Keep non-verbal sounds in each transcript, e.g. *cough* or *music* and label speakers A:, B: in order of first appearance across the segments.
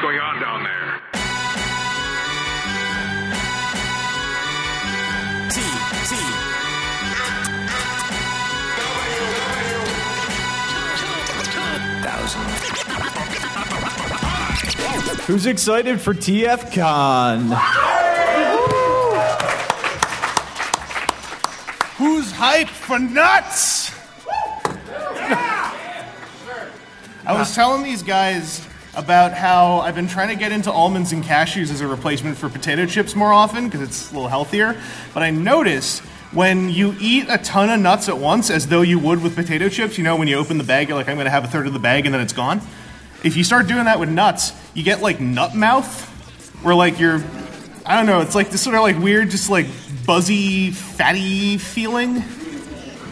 A: going on down there?
B: T T
C: Who's excited for TFCon?
D: Who's hype for nuts? I was telling these guys about how I've been trying to get into almonds and cashews as a replacement for potato chips more often because it's a little healthier. But I noticed when you eat a ton of nuts at once, as though you would with potato chips, you know, when you open the bag, you're like, I'm going to have a third of the bag and then it's gone. If you start doing that with nuts, you get like nut mouth, where like you're, I don't know, it's like this sort of like weird, just like buzzy, fatty feeling.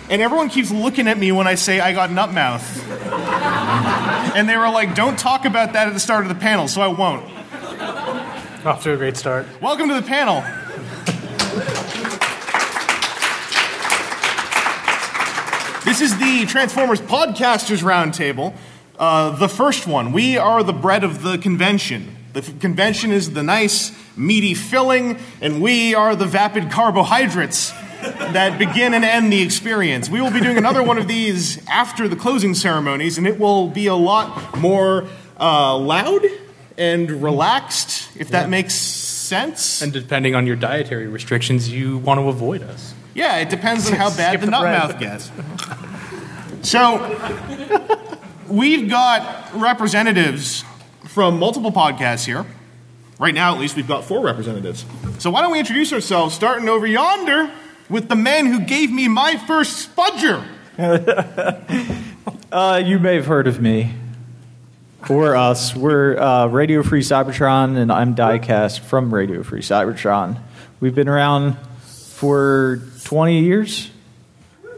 D: And everyone keeps looking at me when I say I got nut mouth and they were like, "Don't talk about that at the start of the panel," so I won't.
E: Off to a great start.
D: Welcome to the panel. this is the Transformers Podcasters Roundtable, uh, the first one. We are the bread of the convention. The f- convention is the nice, meaty filling, and we are the vapid carbohydrates that begin and end the experience. We will be doing another one of these after the closing ceremonies, and it will be a lot more uh, loud and relaxed, if that makes sense.
E: And depending on your dietary restrictions, you want to avoid us.
D: Yeah, it depends on how bad the, nut
E: bread.
D: mouth gets. So, we've got representatives from multiple podcasts here. Right now, at least, we've got four representatives. So, why don't we introduce ourselves, starting over yonder with the man who gave me my first spudger?
C: Uh, you may have heard of me. Or us. We're uh, Radio Free Cybertron, and I'm Diecast from Radio Free Cybertron. We've been around for 20 years,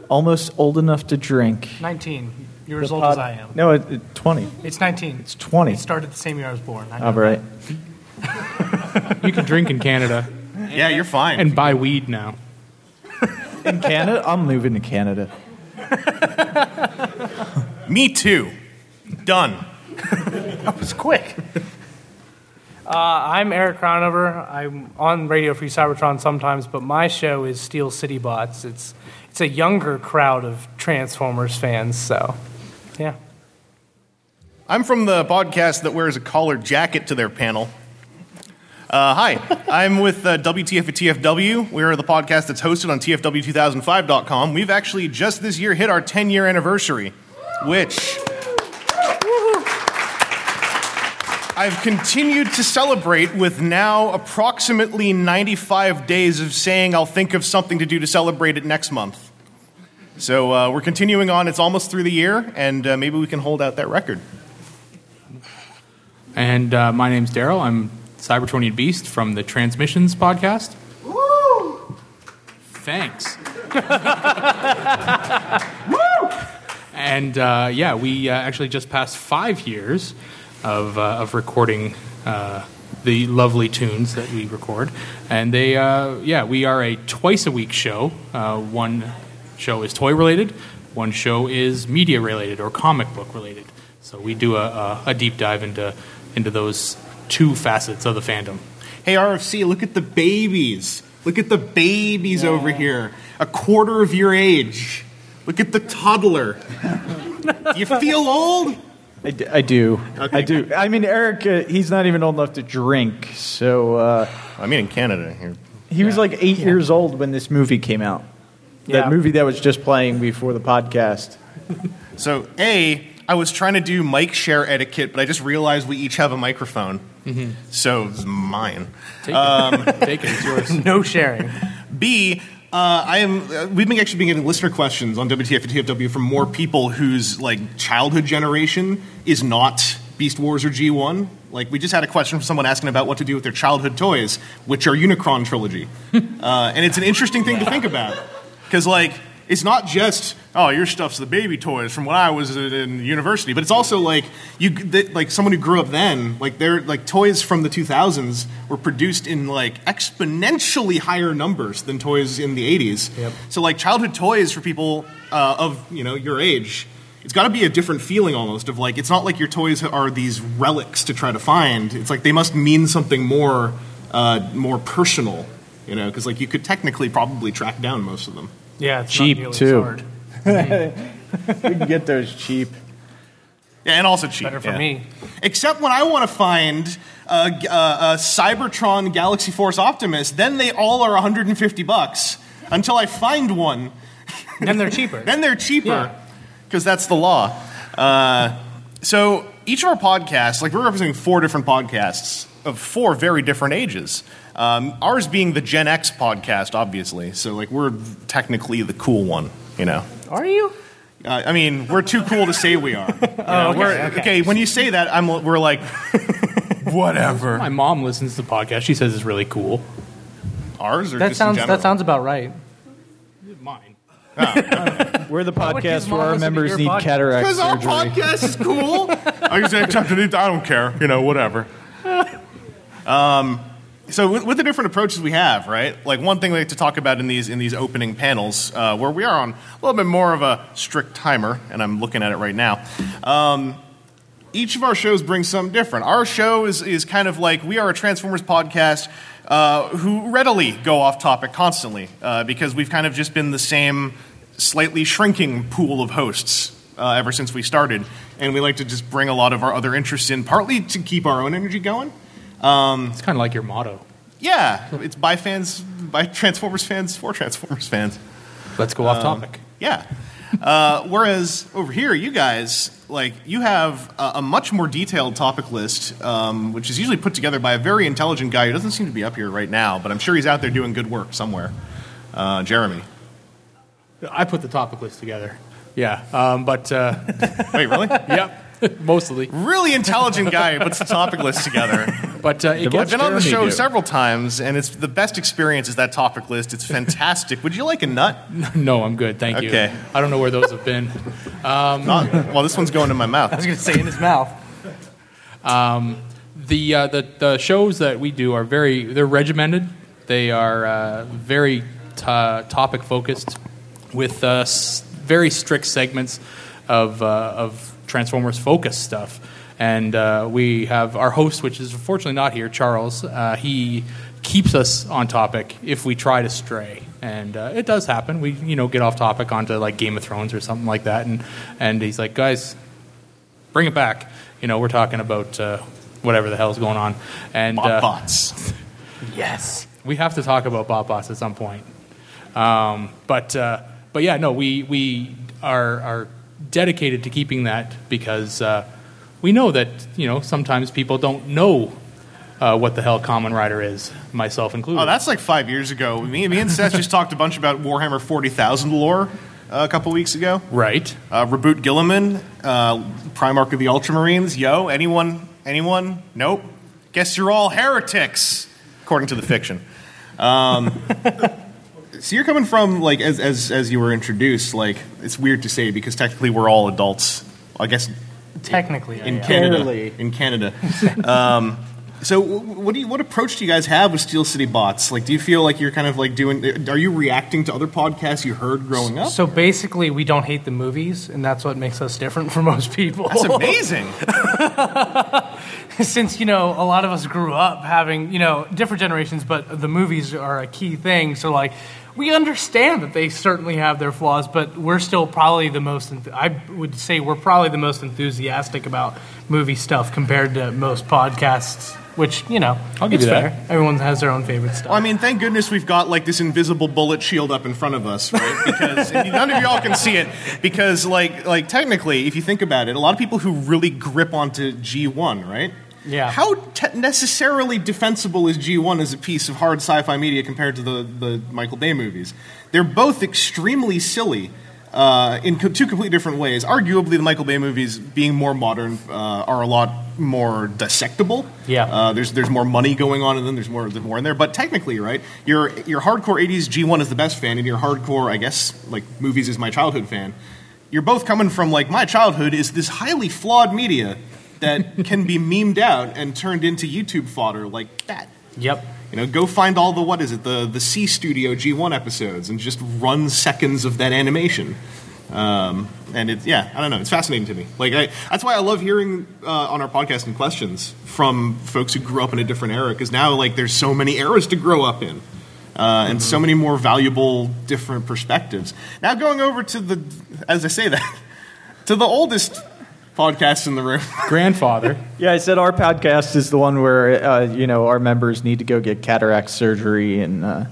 C: almost old enough to drink.
F: 19. You're as
C: The
F: old
C: pod-
F: as I am.
C: No, it, it- 20.
F: It's 19.
C: It's 20.
F: It started the same year I was born. I know.
C: All right.
E: You can drink in Canada
D: Yeah, you're fine.
E: and buy weed now.
C: In Canada? I'm moving to Canada.
D: me too. Done.
F: That was quick. uh, I'm Eric Cronover. I'm on Radio Free Cybertron sometimes, but my show is Steel City Bots. It's, it's a younger crowd of Transformers fans, so yeah.
D: I'm from the podcast that wears a collared jacket to their panel. Uh, hi, I'm with uh, WTF at TFW. We are the podcast that's hosted on TFW2005.com. We've actually just this year hit our 10 year anniversary, which I've continued to celebrate with now approximately 95 days of saying I'll think of something to do to celebrate it next month. So uh, we're continuing on. It's almost through the year, and uh, maybe we can hold out that record.
E: And uh, my name's Daryl. I'm Cybertronian Beast from the Transmissions podcast. Woo! Thanks. Woo! And uh, yeah, we uh, actually just passed five years of, uh, of recording uh, the lovely tunes that we record. And they, uh, yeah, we are a twice a week show. Uh, one show is toy related, one show is media related or comic book related. So we do a, a, a deep dive into, into those two facets of the fandom.
D: Hey, RFC, look at the babies. Look at the babies over here. A quarter of your age. Look at the
E: *laughs*
D: toddler. Do you feel old?
C: I, d- I do. I do. I mean, Eric, uh, he's not even old enough to drink, so uh,
D: I mean, in Canada here.
C: he was like eight years old when this movie came out. That
F: Yeah.
C: movie that was just playing before the podcast.
D: So, A, I was trying to do mic share etiquette, but I just realized we each have a microphone. So, it's mine.
E: Take it.
D: Um,
E: Take it. It's yours.
F: No sharing.
D: B, uh, I am. Uh, we've been actually been getting listener questions on WTF and TFW from more people whose like childhood generation is not Beast Wars or G1. Like we just had a question from someone asking about what to do with their childhood toys, which are Unicron trilogy, uh, and it's an interesting thing to think about because like it's not just oh your stuff's the baby toys from when I was in- in university, but it's also like you that, like someone who grew up then like their like toys from the 2000s were produced in like exponentially higher numbers than toys in the 80s. So like childhood toys for people uh, of you know your age it's got to be a different feeling almost of like it's not like your toys are these relics to try to find. It's like they must mean something more uh, more personal, you know, because like you could technically probably track down most of them.
F: *laughs* Yeah, it's
C: Cheap,
F: not nearly
C: too.
F: As hard.
C: You can get those cheap.
D: Yeah, and also cheap.
F: Better for
D: yeah.
F: me.
D: Except when I want to find a, g- a- a Cybertron Galaxy Force Optimus, then they all are 150 bucks until I find one.
F: *laughs* Then they're cheaper.
D: Then they're cheaper
F: Yeah.
D: because that's the law. Uh, so each of our podcasts, like we're representing four different podcasts of four very different ages. Um, ours being the Gen X podcast, obviously. So like we're technically the cool one, you know.
F: Are you? Oh,
D: Uh, I mean, we're too cool to say we are.
F: *laughs*
D: You know, we're- okay. When you say that, I'm we're like, whatever.
E: My mom listens to the podcast. She says it's really cool.
D: Ours or
F: That
D: just
F: sounds.
D: in general?
F: That sounds about right. *laughs*
E: Mine.
C: We're the
F: would his
C: podcast
F: mom
C: where our
F: listen to
C: members
F: your
C: need
F: podcast?
C: cataract
D: Because our
C: surgery.
D: podcast is cool. I just accept it. I don't care. You know, whatever. Um, so with, with the different approaches we have, right? Like one thing we like to talk about in these in these opening panels, uh, where we are on a little bit more of a strict timer, and I'm looking at it right now. Um, each of our shows brings something different. Our show is is kind of like we are a Transformers podcast. Uh, who readily go off topic constantly uh, because we've kind of just been the same slightly shrinking pool of hosts uh, ever since we started, and we like to just bring a lot of our other interests in, partly to keep our own energy going.
E: It's kind of like your motto.
D: Yeah, it's by fans, by Transformers fans for Transformers fans.
E: Let's go off topic.
D: Yeah. Uh, whereas over here, you guys, like, you have a, a much more detailed topic list, um, which is usually put together by a very intelligent guy who doesn't seem to be up here right now, but I'm sure he's out there doing good work somewhere. Uh, Jeremy.
E: I put the topic list together. Yeah, um, but *laughs* uh,
C: *laughs*
D: Wait, really?
E: yep, mostly.
D: really intelligent guy who puts the topic list together.
E: But uh, it
D: I've
E: gets
D: been on the
C: Jeremy
D: show
C: do?
D: several times, and it's the best experience is that topic list. It's fantastic. Would you like a nut?
E: no. I'm good, thank you.
D: Okay.
E: I don't know where those have been.
D: Not- well, this one's going in my
F: I
D: mouth.
F: was going to say in his mouth.
E: the, uh, the the shows that we do are very they're regimented. They are uh, very t- uh, topic focused, with uh, s- very strict segments of uh, of Transformers focus stuff. And uh, we have our host, which is unfortunately not here, Charles. Uh, he keeps us on topic if we try to stray, and uh, it does happen. We you know get off topic onto like Game of Thrones or something like that, and and he's like, guys, bring it back. You know, we're talking about uh, whatever the hell's going on, and
D: Bot
E: uh,
D: bots.
F: Yes.
E: we have to talk about Bot Bots at some point. Um, but uh, but yeah, no, we we are are dedicated to keeping that because uh, we know that you know sometimes people don't know uh, what the hell Common Rider is, myself included.
D: Oh, that's like five years ago. Me, me and Seth just talked a bunch about Warhammer 40,000 lore uh, a couple weeks ago.
E: right.
D: Uh, Reboot Gilliman, uh, Primarch of the Ultramarines. Yo, anyone? Anyone? Nope. Guess you're all heretics, according to the fiction. Um, *laughs* so you're coming from like as, as as you were introduced. Like it's weird to say because technically we're all adults. I guess
F: Technically, I
D: in
F: am.
D: Canada.
C: Barely.
D: In Canada. um, so, wh- wh- what do you, what approach do you guys have with Steel City Bots? Like, do you feel like you're kind of like doing? Are you reacting to other podcasts you heard growing up?
F: So basically, we don't hate the movies, and that's what makes us different from most people. *laughs*
D: That's amazing.
F: Since you know, a lot of us grew up having you know different generations, but the movies are a key thing. So like, we understand that they certainly have their flaws, but we're still probably the most. enth- I would say we're probably the most enthusiastic about movie stuff compared to most podcasts. Which you know,
E: I'll give
F: it's
E: you that.
F: fair. Everyone has their own favorite stuff.
D: Well, I mean, thank goodness we've got like this invisible bullet shield up in front of us, right? Because and none of y'all can see it. Because like like technically, if you think about it, a lot of people who really grip onto G one, right?
F: Yeah.
D: How te- necessarily defensible is G one as a piece of hard sci-fi media compared to the the Michael Bay movies? They're both extremely silly. Uh, in co- two completely different ways. Arguably, the Michael Bay movies, being more modern, uh, are a lot more dissectable.
F: Yeah.
D: Uh, there's there's more money going on in them. There's more there's more in there. But technically, right? Your your hardcore '80s G1 is the best fan, and your hardcore, I guess, like movies is my childhood fan. You're both coming from like my childhood is this highly flawed media that can be *laughs* memed out and turned into YouTube fodder like that.
F: yep.
D: You know, go find all the what is it the the C Studio G1 episodes and just run seconds of that animation. Um, and it's yeah, I don't know. It's fascinating to me. Like I, that's why I love hearing uh, on our podcast and questions from folks who grew up in a different era. Because now, like, there's so many eras to grow up in, uh, and so many more valuable, different perspectives. Now, going over to the, as I say that, *laughs* to the oldest podcast in the room. *laughs*
E: Grandfather.
C: Yeah, I said our podcast is the one where uh, you know our members need to go get cataract surgery and uh,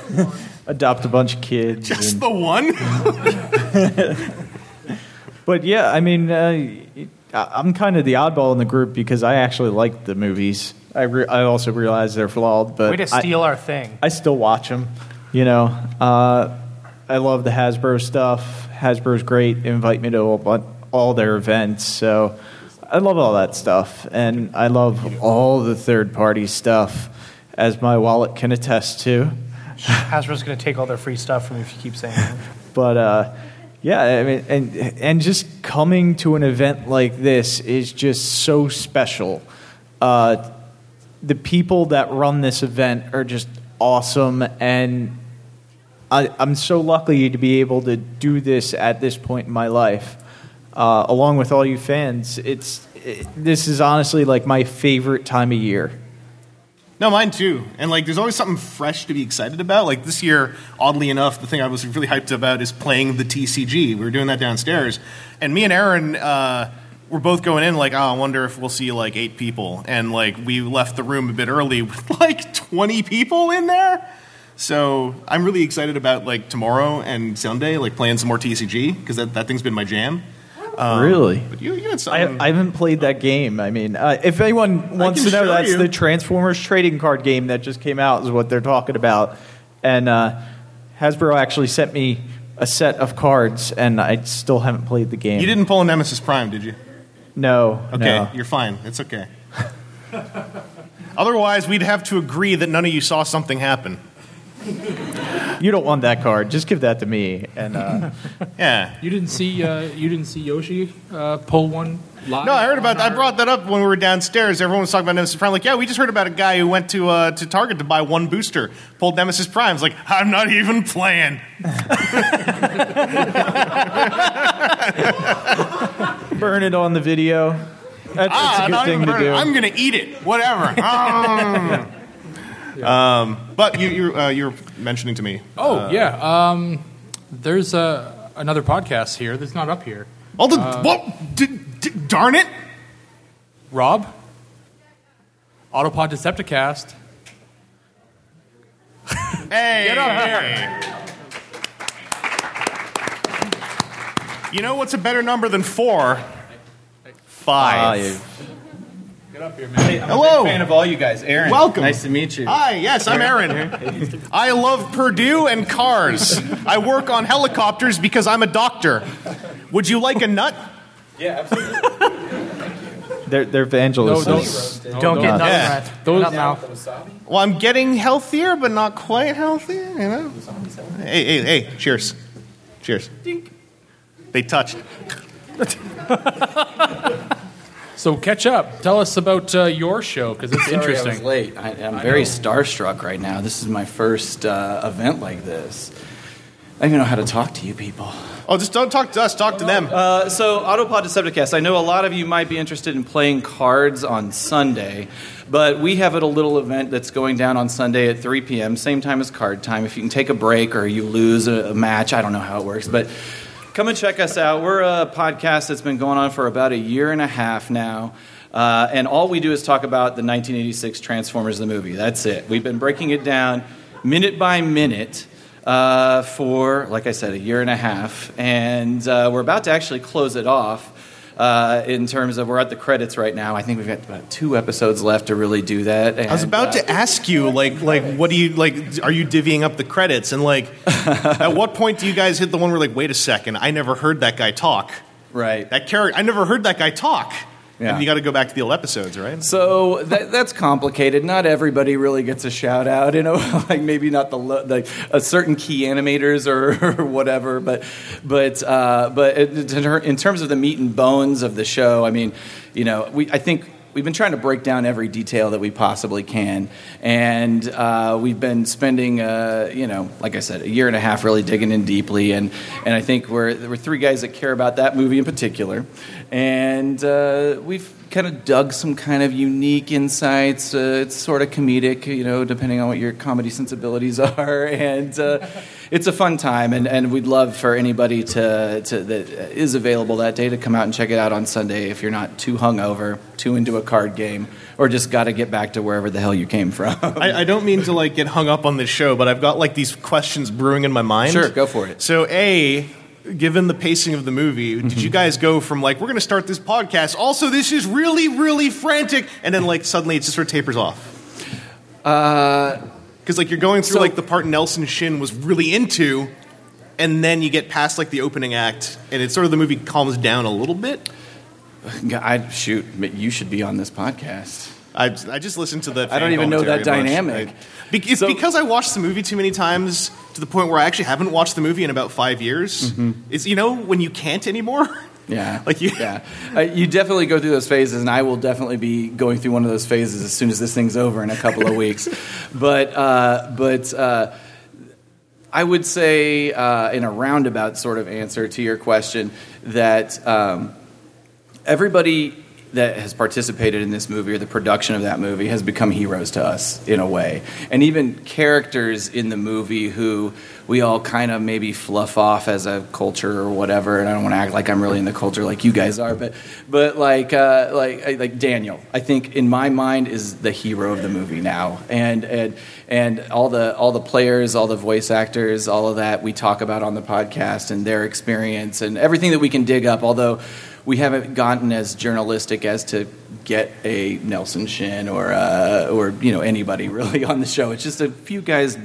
C: *laughs* adopt a bunch of kids.
D: Just
C: and-
D: the one.
C: but yeah, I mean, uh, I- I'm kind of the oddball in the group because I actually like the movies. I re- I also realize they're flawed, but
F: Way to
C: I-
F: steal our thing.
C: I still watch them. You know, uh, I love the Hasbro stuff. Hasbro's great. Invite me to a bu- all their events. So I love all that stuff, and I love all the third party stuff, as my wallet can attest to.
F: Hasbro's going to take all their free stuff from you if you keep saying that.
C: But uh, yeah, I mean, and and just coming to an event like this is just so special. Uh, the people that run this event are just awesome, and I, I'm so lucky to be able to do this at this point in my life. Uh, along with all you fans, it's it, this is honestly like my favorite time of year.
D: No, mine too. And like, there's always something fresh to be excited about. Like this year, oddly enough, the thing I was really hyped about is playing the TCG. We were doing that downstairs, and me and Aaron uh, were both going in like, oh, I wonder if we'll see like eight people. And like, we left the room a bit early with *laughs* like 20 people in there. So I'm really excited about like tomorrow and Sunday, like playing some more TCG because that, that thing's been my jam.
C: really,
D: But you, you had something.
C: I, I haven't played that game. I mean, uh, if anyone wants
D: can
C: to know,
D: show
C: that's
D: you.
C: the Transformers trading card game that just came out, is what they're talking about. And uh, Hasbro actually sent me a set of cards, and I still haven't played the game.
D: you didn't pull a Nemesis Prime, did you?
C: No.
D: Okay,
C: no.
D: you're fine. It's okay. Otherwise, we'd have to agree that none of you saw something happen.
C: You don't want that card. Just give that to me. And
D: *laughs*
C: uh,
D: Yeah.
E: You didn't see uh, you didn't see Yoshi uh, pull one live.
D: No, I heard about.
E: on
D: I
E: our-
D: brought that up when we were downstairs. Everyone was talking about Nemesis Prime. Like, yeah, we just heard about a guy who went to uh, to Target to buy one booster, pulled Nemesis Prime's. Like, I'm not even playing.
C: burn it on the video. That's,
D: Ah,
C: that's a good
D: not
C: thing
D: even
C: to
D: burning.
C: do.
D: I'm gonna eat it.
C: *laughs*
D: Whatever. Mm. um, but you you, uh, you were mentioning to me.
E: Oh
A: Uh,
E: yeah. Um, there's uh, another podcast here that's not up here.
D: All the
C: Uh,
D: what? D- d- darn it!
E: Rob. Autopod Decepticast.
D: Hey!
E: Get up here.
D: You know what's a better number than four? Five.
C: Five.
E: Get up here, man.
A: I'm
D: Hello.
A: a big fan of all you guys. Aaron.
D: Welcome.
A: Nice to meet you.
D: Hi, yes, I'm Aaron. I love Purdue and cars. I work on helicopters because I'm a doctor. Would you like a nut?
A: Yeah, absolutely.
C: They're, they're
E: No,
C: evangelism.
E: don't, no,
F: Don't get
E: don't.
F: nothing
D: Yeah.
F: right.
E: Those-
F: Nut mouth.
D: Well, I'm getting healthier, but not quite healthier, you know? Hey, hey, hey, cheers. Cheers. They touched.
E: So catch up. Tell us about uh, your show because it's
A: Sorry I was
E: interesting.
A: late. I, I'm very starstruck right now. This is my first uh, event like this. I don't even know how to talk to you people.
D: Oh, just don't talk to us, talk to them.
A: Uh, so, Autopod Decepticast, I know a lot of you might be interested in playing cards on Sunday, but we have a little event that's going down on Sunday at 3 p.m., same time as card time. If you can take a break or you lose a, a match, I don't know how it works, but come and check us out. We're a podcast that's been going on for about a year and a half now. Uh, and all we do is talk about the 1986 Transformers the movie. That's it. We've been breaking it down minute by minute uh, for, like I said, a year and a half. And uh, we're about to actually close it off uh, in terms of we're at the credits right now. I think we've got about two episodes left to really do that.
D: I was about to ask you, like, like, what do you like? Are you divvying up the credits? And
A: *laughs*
D: like, at what point do you guys hit the one where like, wait a second, I never heard that guy talk.
A: Right.
D: That character, I never heard that guy talk.
A: Yeah.
D: And you got to go back to the old episodes, right?
A: So that, that's complicated. Not everybody really gets a shout out, you know, *laughs* like maybe not the lo- like a certain key animators or, *laughs* or whatever. But but uh, but it- in ter- in terms of the meat and bones of the show, I mean, you know, we I think we've been trying to break down every detail that we possibly can, and uh, we've been spending, uh, you know, like I said, a year and a half really digging in deeply, and and I think we're we're three guys that care about that movie in particular, and uh, we've kind of dug some kind of unique insights. Uh, it's sort of comedic, you know, depending on what your comedy sensibilities *laughs* are, and uh, it's a fun time. And, and we'd love for anybody to, to that is available that day to come out and check it out on Sunday if you're not too hungover, too into a card game, or just got to get back to wherever the hell you came from. *laughs*
D: I, I don't mean to like get hung up on this show, but I've got like these questions brewing in my mind.
A: Sure, go for it. Mm-hmm.
D: So, a given the pacing of the movie, did you guys go from like we're going to start this podcast? Also, this is really, really frantic, and then like suddenly it just sort of tapers off. Because like you're going through
A: Uh, so-
D: like the part Nelson Shin was really into, and then you get past like the opening act, and it's sort of the movie calms down a little bit.
A: I shoot, you should be on this podcast.
D: I, I just listened to the.
A: I don't
D: fan
A: even know that
D: commentary much.
A: dynamic.
D: I- be- it's
A: So-
D: because I watched the movie too many times to the point where I actually haven't watched the movie in about five years.
A: Mm-hmm.
D: It's you know when you can't anymore. *laughs*
A: Yeah,
D: Like you-
A: yeah, uh, you definitely go through those phases, and I will definitely be going through one of those phases as soon as this thing's over in a couple
D: *laughs*
A: of weeks. But uh, but uh, I would say, uh, in a roundabout sort of answer to your question, that um, everybody that has participated in this movie or the production of that movie has become heroes to us in a way. And even characters in the movie who we all kind of maybe fluff off as a culture or whatever. And I don't want to act like I'm really in the culture like you guys are, but but like uh, like I- like Daniel, I think in my mind is the hero of the movie now. And and and all the all the players, all the voice actors, all of that we talk about on the podcast and their experience and everything that we can dig up. Although we haven't gotten as journalistic as to get a Nelson Shin or uh, or you know anybody *laughs* really on the show. It's just a few guys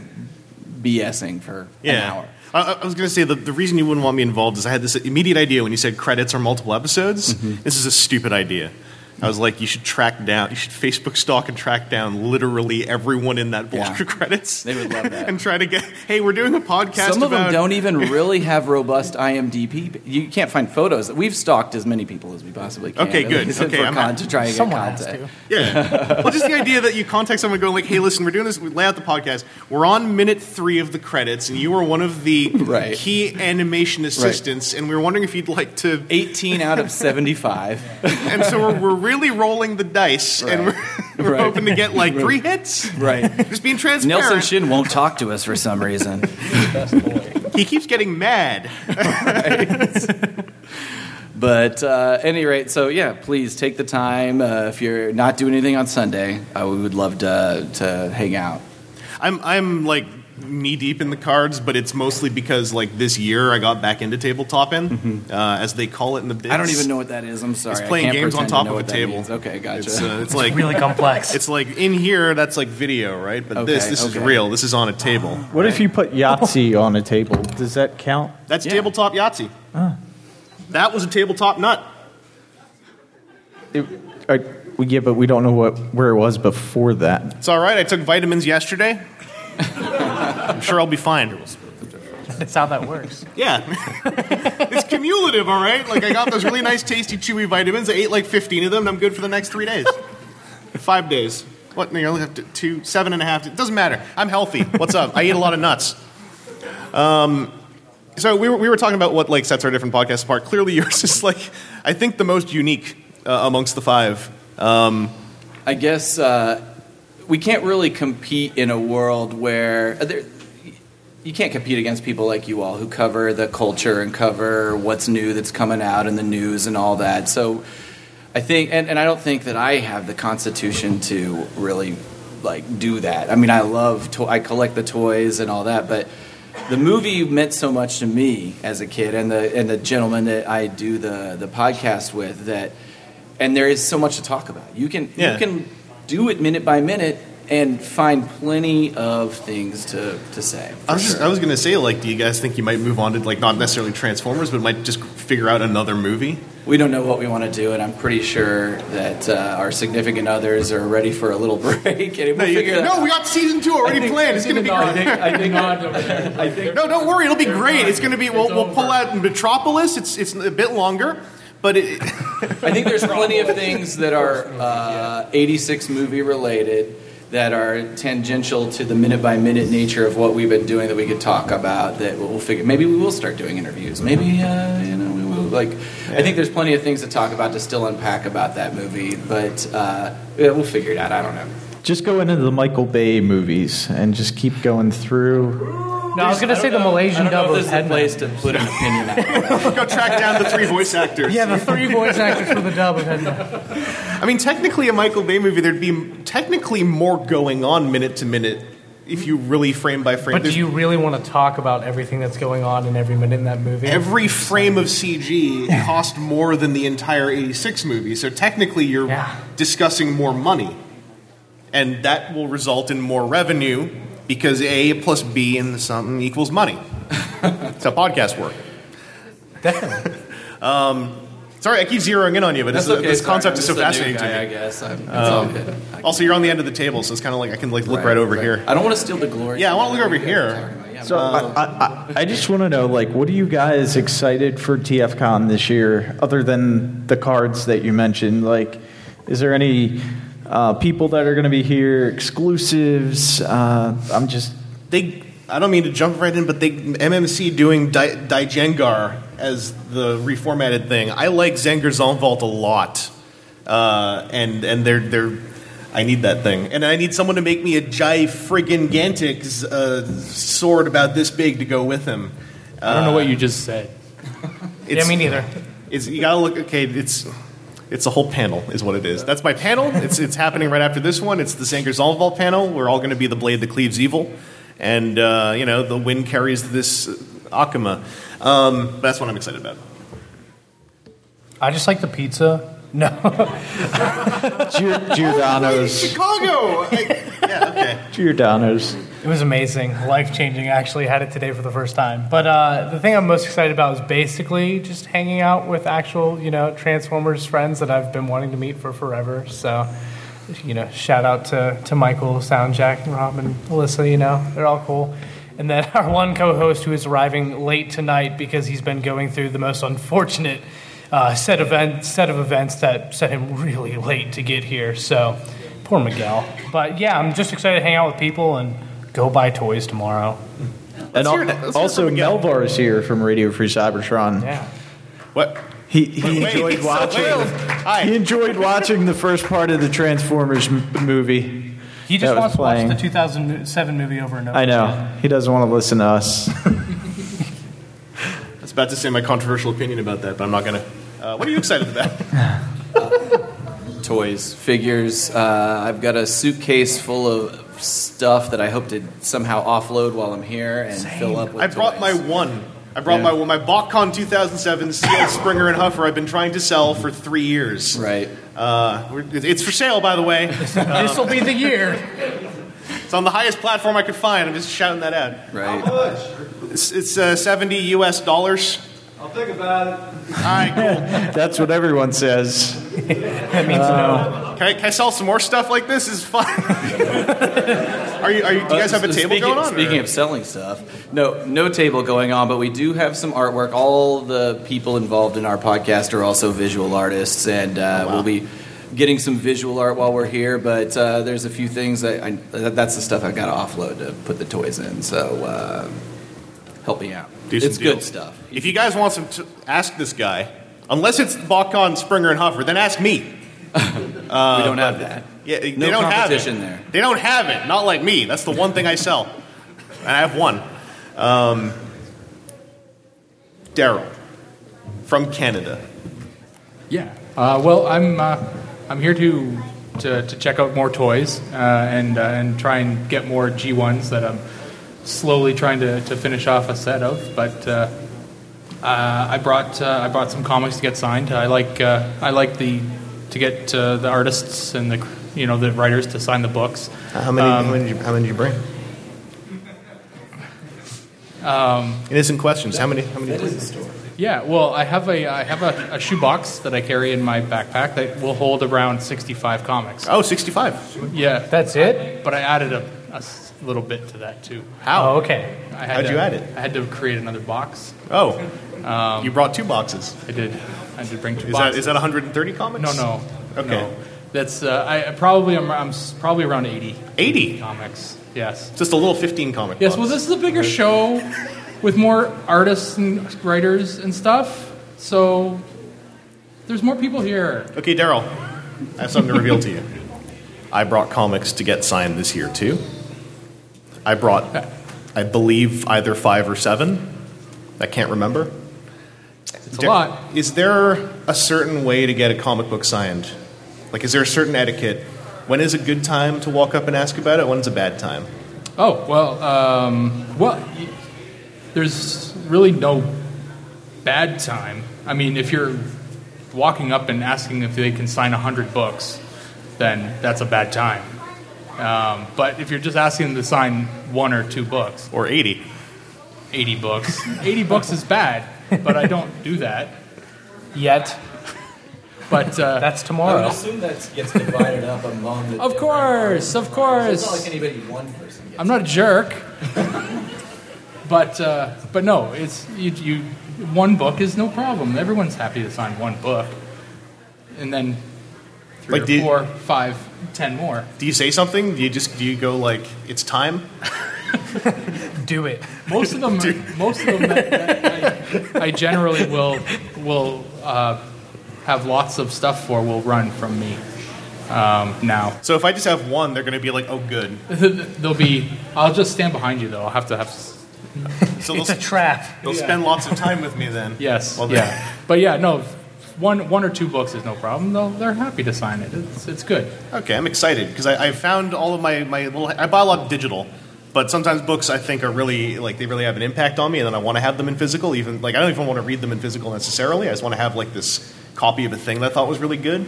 A: BSing for an hour.
D: I, I- I was going to say the, the reason you wouldn't want me involved is I had this immediate idea when you said credits are multiple episodes.
A: Mm-hmm.
D: This is a stupid idea. I was like, you should track down, you should Facebook stalk and track down literally everyone in that block
A: Yeah.
D: of *laughs* credits.
A: They would love
D: *laughs*
A: that.
D: and try to get, hey, we're doing a podcast
A: Some of
D: about
A: them don't even really have robust IMDb. You can't find photos. We've stalked as many people as we possibly can.
D: Okay,
A: at
D: good.
A: least
D: Okay,
A: for
D: I'm
A: con-
D: happy.
A: to try and get
F: Someone has
A: content.
F: to.
D: Yeah. well, just the idea that you contact someone going like, "Hey, listen, we're doing this. We lay out the podcast. We're on minute three of the credits, and you are one of the
A: Right.
D: key animation assistants, and we were wondering if you'd like to."
A: 18 out
D: *laughs*
A: of 75.
D: And so we're, we're really rolling the dice, and we're, we're *laughs*
A: Right.
D: hoping to get like three hits.
A: Right.
D: Just being transparent.
A: Nelson Shin won't talk to us for some reason.
D: He keeps getting mad.
A: But uh, at any rate, so yeah, please take the time. Uh, if you're not doing anything on Sunday, uh, we would love to, to hang out.
D: I'm I'm like knee deep in the cards, but it's mostly because like this year I got back into tabletoping, uh, as they call it in the. Bits.
A: Mm-hmm. I don't even know what that is. I'm sorry.
D: It's
A: I
D: playing
A: can't
D: games on
A: pretend to
D: top
A: know
D: of a
A: what that
D: table.
A: means. Okay, gotcha.
D: It's, uh, it's like
B: Really complex.
D: *laughs* It's like in here, that's like video, right? But this,
A: Okay,
D: this is
A: okay.
D: real. This is on a table.
C: What if you put Yahtzee on a table? Does that count?
D: That's
A: Yeah.
D: tabletop Yahtzee. That was a tabletop nut.
C: It, I, we- Uh, yeah, but we don't know what where it was before that.
D: It's all right. I took vitamins yesterday. *laughs* I'm sure I'll be fine.
F: That's how that works.
D: Yeah, *laughs* it's cumulative. All right. Like I got those really nice, tasty, chewy vitamins. I ate like 15 of them, and I'm good for the next three days, five days. What? No, you only have to, two, seven and a half. It doesn't matter. I'm healthy. What's up? I eat a lot of nuts. Um, so we were, we were talking about what like sets our different podcasts apart. Clearly, *laughs* yours is like I think the most unique uh, amongst the five.
A: I guess uh, we can't really compete in a world where uh, there, you can't compete against people like you all who cover the culture and cover what's new that's coming out in the news and all that. So I think, and, and I don't think that I have the constitution to really like do that. I mean, I love, to- I collect the toys and all that, but the movie meant so much to me as a kid, and the and the gentleman that I do the the podcast with that, and there is so much to talk about. You can
D: Yeah.
A: you can do it minute by minute and find plenty of things to to say. for
D: I was, just,
A: sure.
D: I was gonna say, like, do you guys think you might move on to like not necessarily Transformers, but might just figure out another movie?
A: we don't know what we want to do, and I'm pretty sure that uh, our significant others are ready for a little *laughs* break. And we'll figure that out.
D: no, we got season two already
A: I think-
D: planned. It's
A: I think-
D: gonna be
A: I
D: great.
A: think- I think- I think
D: No, don't worry. It'll be great. It's going to be. We'll, we'll pull out Metropolis. It's it's a bit longer, But it,
A: I think there's plenty of things that are uh, 86 movie related that are tangential to the minute by minute nature of what we've been doing that we could talk about that we'll figure. Maybe we will start doing interviews. Maybe, uh, you know, we will. Like, I think there's plenty of things to talk about to still unpack about that movie, but uh, yeah, we'll figure it out. I don't know.
C: Just go into the Michael Bay movies and just keep going through.
F: No, I was going to say the Malaysian
A: I don't know
F: double is
A: if this is the
F: headman.
A: place to put an
D: *laughs*
A: opinion out.
D: go track down the three voice actors.
F: Yeah, *laughs* the three voice actors for the dub of headman.
D: I mean, technically, a Michael Bay movie, there'd be technically more going on minute to minute if you really frame by frame.
F: But do
D: There's-
F: you really want to talk about everything that's going on in every minute in that movie?
D: Every frame of CG cost more than the entire 86 movie, so technically you're
F: Yeah.
D: discussing more money. And that will result in more revenue because A plus B and something equals
F: *laughs*
D: money. That's how podcasts work. Um,
F: Definitely.
D: *laughs* Sorry, I keep zeroing in on you, but this,
A: That's
D: is-
A: okay,
D: this
A: sorry,
D: concept
A: I'm
D: is so
A: just a new
D: fascinating
A: guy, I
D: to me.
A: guess. I'm, it's all good.
D: Also, you're on the end of the table, so it's kind of like I can like look right, over here.
A: I don't want to steal the glory.
D: Yeah, I wanna look over
A: Yeah,
D: here.
A: talking about- yeah,
C: So I, I, I- I just want to know, like, what are you guys excited for TFCon this year, other than the cards that you mentioned? Like, is there any uh, people that are going to be here, exclusives? Uh, I'm just
D: They, I don't mean to jump right in, but they MMC doing Di- Dijengar as the reformatted thing. I like Zenger Zonvault a lot, uh, and and they're they're. I need that thing, and I need someone to make me a Jai friggin' Gantic's uh, sword about this big to go with him.
E: I don't know what you just said.
F: yeah, me neither.
D: It's, you gotta look. Okay, it's it's a whole panel, is what it is. That's my panel. It's it's happening right after this one. It's the Sanger Zonval panel. We're all going to be the blade that cleaves evil, and uh, you know the wind carries this uh, Akuma. Um, that's what I'm excited about.
F: I just like the pizza. *laughs* No.
C: Gior- Giordano's.
D: Chicago. yeah. Okay.
C: Giordano's.
F: It was amazing, life changing. I actually had it today for the first time. But uh, the thing I'm most excited about is basically just hanging out with actual, you know, Transformers friends that I've been wanting to meet for forever. So, you know, shout out to, to Michael, Soundjack, and Rob, and Alyssa, you know, they're all cool. And then *laughs* our one co host who is arriving late tonight because he's been going through the most unfortunate uh, set, event, set of events that set him really late to get here. So, poor Miguel. But yeah, I'm just excited to hang out with people and go buy toys tomorrow.
C: And
D: hear it. Let's hear
C: al-
D: it
C: also,
D: from Miguel.
C: Melvar is here from Radio Free Cybertron.
F: Yeah.
D: *laughs* What?
C: He, he
D: Wait,
C: enjoyed
D: so-
C: watching.
D: wait.
C: He
D: Hi.
C: enjoyed watching the first part of the Transformers m- movie.
F: He just
C: That was
F: wants to watch
C: playing.
F: the 2007 movie over and over.
C: I know he doesn't want to listen to us.
D: I was about to say my controversial opinion about that, but I'm not gonna. Uh, what are you excited about?
C: *laughs*
A: toys, figures. Uh, I've got a suitcase full of stuff that I hope to somehow offload while I'm here and fill up with
D: I brought
A: toys.
D: my one. I brought my my BotCon 2007 Seal Springer and Huffer. I've been trying to sell for three years.
A: Right.
D: Uh, we're- it- it's for sale, by the way.
F: This will be the year.
D: It's on the highest platform I could find. I'm just shouting that out.
A: Right.
D: It's, it's uh, 70 US dollars. I'll think about it. All right,
C: *laughs* That's what everyone says.
F: That means no.
D: cool. Can I, can I sell some more stuff like this? Is fun. *laughs* are you? Are you? Do you guys have a table
A: Uh, speaking,
D: going on?
A: Speaking
D: or-
A: of selling stuff, no, no table going on, but we do have some artwork. All the people involved in our podcast are also visual artists, and
D: Oh,
A: uh, we'll be getting some visual art while we're here. But uh, there's a few things that I, that- that's the stuff I've got to offload to put the toys in. So uh, help me out.
D: Do some
A: it's
D: deals.
A: good stuff.
D: If you guys want some, t- ask this guy. Unless it's BotCon Springer and Huffer, then ask me. Uh,
A: we don't have that.
D: Yeah, they
A: No
D: don't have it.
A: competition there.
D: They don't have it. Not like me. That's the one thing I sell, and I have one. Um, Daryl from Canada.
E: Yeah. Uh, well, I'm uh, I'm here to, to to check out more toys uh, and uh, and try and get more G1s that um, I'm slowly trying to, to finish off a set of. But uh, uh, I brought uh, I brought some comics to get signed. I like uh, I like the to get uh, the artists and the you know the writers to sign the books.
D: Uh, How many? how many? Did you, how many did you bring? Um, Innocent questions. How many? How many? Did you bring?
E: Um, Yeah, well, I have a I have a, a shoebox that I carry in my backpack that will hold around 65 comics.
D: Oh, 65.
E: Yeah,
F: That's it?
E: but I added a, a s- little bit to that too.
F: Oh, okay.
E: I had
D: How'd
E: to,
D: you add it?
E: I had to create another box.
D: Oh, you brought two boxes.
E: I did. I did bring Um, two
D: Is that
E: boxes.
D: is that 130 comics?
E: No, no.
D: Okay.
E: no. That's uh, I I probably I'm, I'm s- probably around 80
D: 80.
E: comics. Yes.
D: Just a little 15 comic.
E: Yes. Well,
D: box.
E: this is a bigger show with more artists and writers and stuff. So there's more people here.
D: Okay, Daryl, I have something to reveal to you. I brought comics to get signed this year too. I brought, I believe, either five or seven. I can't remember.
E: It's a lot.
D: Is there a certain way to get a comic book signed? Like, is there a certain etiquette? When is a good time to walk up and ask about it? When's a bad time?
E: Oh well, um, well, y- there's really no bad time. I mean, if you're walking up and asking if they can sign hundred books, then that's a bad time. Um, but if you're just asking them to sign one or two books,
D: Or 80?
E: 80 books, *laughs* 80 books is bad. But I don't do that.
F: Yet.
E: But uh,
F: That's tomorrow.
B: assume that gets divided up among the.
E: of course, of course.
B: anybody one person gets.
E: I'm not a jerk. but uh, but no, it's you, you. One book is no problem. Everyone's happy to sign one book, and then three
D: Like,
E: or
D: do you-
E: four, five, ten more.
D: Do you say something? Do you just do you go like it's time?
F: Do it.
E: Most
D: *laughs*
E: of them. most of them. I, I, I generally will will uh, have lots of stuff for will run from me um, now. *laughs*
D: So if I just have one, they're going to be like, oh, good.
E: They'll be. I'll just stand behind you though. I'll have to have. s-
D: So they'll,
F: It's a trap.
D: they'll spend lots of time with me then.
E: Yes.
D: Well,
E: yeah. But yeah, no, one one or two books is no problem. They'll, they're happy to sign it. It's it's good.
D: Okay, I'm excited because I, I found all of my, my little. I buy a lot of digital, but sometimes books I think are really like they really have an impact on me, and then I want to have them in physical. Even like I don't even want to read them in physical necessarily. I just want to have like this copy of a thing that I thought was really good,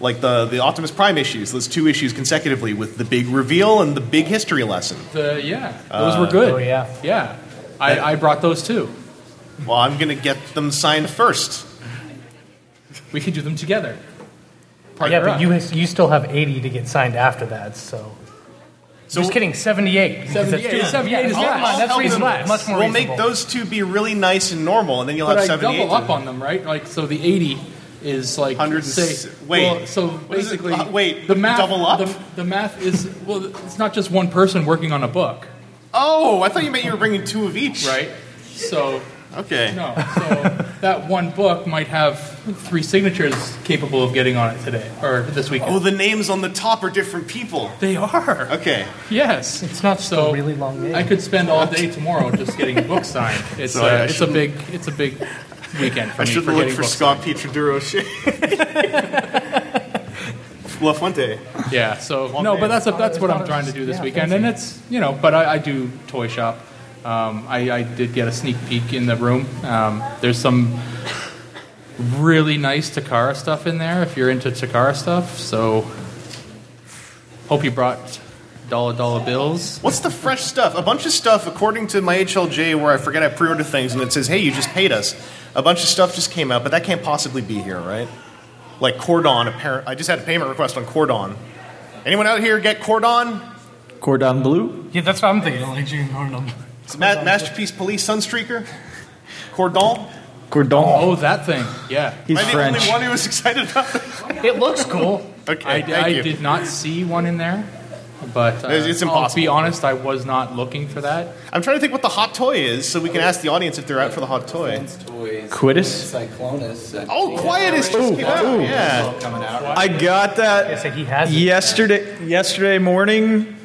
D: like the the Optimus Prime issues. Those two issues consecutively with the big reveal and the big history lesson.
E: The yeah, those
D: Uh,
E: were good.
F: oh, yeah.
E: Yeah. I, I brought those too.
D: Well, I'm gonna get them signed first.
E: We could do them together. Partner
F: Yeah, but
E: up.
F: you, you still have 80 to get signed after that, so. Just kidding, 78. because that's
E: 78.
F: two-
E: 78 is
F: yeah,
E: less.
F: come on, that's
E: Help
F: reasonable.
E: them.
F: Much more
D: we'll
F: reasonable.
D: make those two be really nice and normal, and then you'll
E: But
D: have
E: I
D: seventy-eight.
E: double up on them, right? Like so, the eighty is like
D: 100 and
E: say-
D: s- wait.
E: well, so
D: What is it?
E: basically,
D: Uh, wait,
E: The math.
D: double up?
E: The, the math is well. It's not just one person working on a book,
D: Oh, I thought you meant you were bringing two of each.
E: right? So
D: Okay.
E: No, so *laughs* that one book might have three signatures capable of getting on it today or this weekend.
D: Oh, the names on the top are different people.
E: they are.
D: Okay.
E: Yes,
F: It's not just a
E: so
F: really long name.
E: I could spend all day tomorrow just getting a book signed. It's
D: Sorry, I
E: uh, it's a big it's a big weekend for
D: I
E: me
D: should
E: for
D: look
E: getting
D: for
E: books
D: Scott Petroduro shit. *laughs* La Fuente.
E: signed. *laughs* Yeah, so
D: Long
E: no,
D: day.
E: but that's a, that's what
F: it's
E: I'm
F: not-
E: trying to do this
F: yeah,
E: weekend, and it's you know, but I, I do toy shop. Um, I, I did get a sneak peek in the room. Um, there's some really nice Takara stuff in there if you're into Takara stuff. So, hope you brought dollar dollar bills.
D: What's the fresh stuff? A bunch of stuff, according to my HLJ, where I forget I pre order things and it says, hey, you just paid us. A bunch of stuff just came out, but that can't possibly be here, right? Like Cordon, apparent. I just had a payment request on Cordon. Anyone out here get Cordon?
C: Cordon bleu.
F: yeah, that's what I'm thinking. Like June Harnum.
D: It's Ma- Masterpiece Police Sunstreaker? Cordon?
C: Cordon.
E: Oh, that thing. Yeah.
C: He's
D: Am I the
C: French.
D: only one who was excited about that?
F: It looks cool.
D: Okay,
E: I,
D: thank
E: I
D: you.
E: did not see one in there, but uh,
D: It's- it's
E: I'll be
D: impossible.
E: honest, I was not looking for that.
D: I'm trying to think what the hot toy is, so we can ask the audience if they're out for the hot toy.
B: Toys.
C: Quidditch?
B: and Cyclonus. and-
D: Oh, Quiet is just came out.
C: ooh.
D: Yeah.
B: coming out.
C: I got
F: I
C: that
F: said he has it.
C: yesterday. Yesterday morning,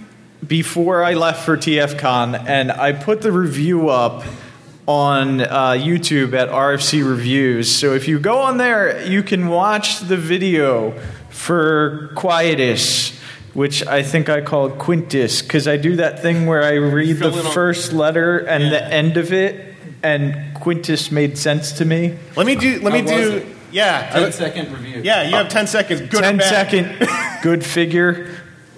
C: before I left for TFCon, and I put the review up on uh, YouTube at RFC Reviews. So if you go on there, you can watch the video for Quietus. Which I think I called Quintus because I do that thing where I read the
D: Fill in on-
C: first letter and the end of it, and Quintus made sense to me.
D: Let me do. Let me
B: How was
D: do.
B: it?
D: Yeah. I-
B: 10 second review.
D: yeah. You have ten seconds. Good. or
C: 10
D: bad.
C: second
D: *laughs*
C: good figure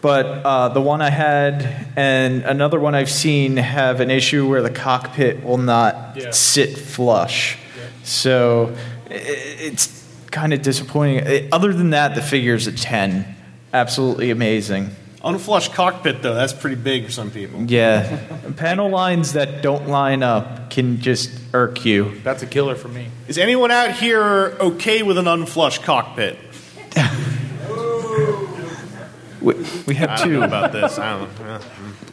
C: but uh, the one i had and another one i've seen have an issue where the cockpit will not
E: Yeah.
C: sit flush so i- i- it's kind of disappointing I- other than that the figure's a 10 absolutely amazing
D: Unflushed cockpit, though, that's pretty big for some people. *laughs*
C: Yeah. Panel lines that don't line up can just irk you.
E: That's a killer for me.
D: Is anyone out here okay with an unflushed cockpit?
C: We, we have
D: *laughs* I don't know
C: two.
D: about this. I don't know.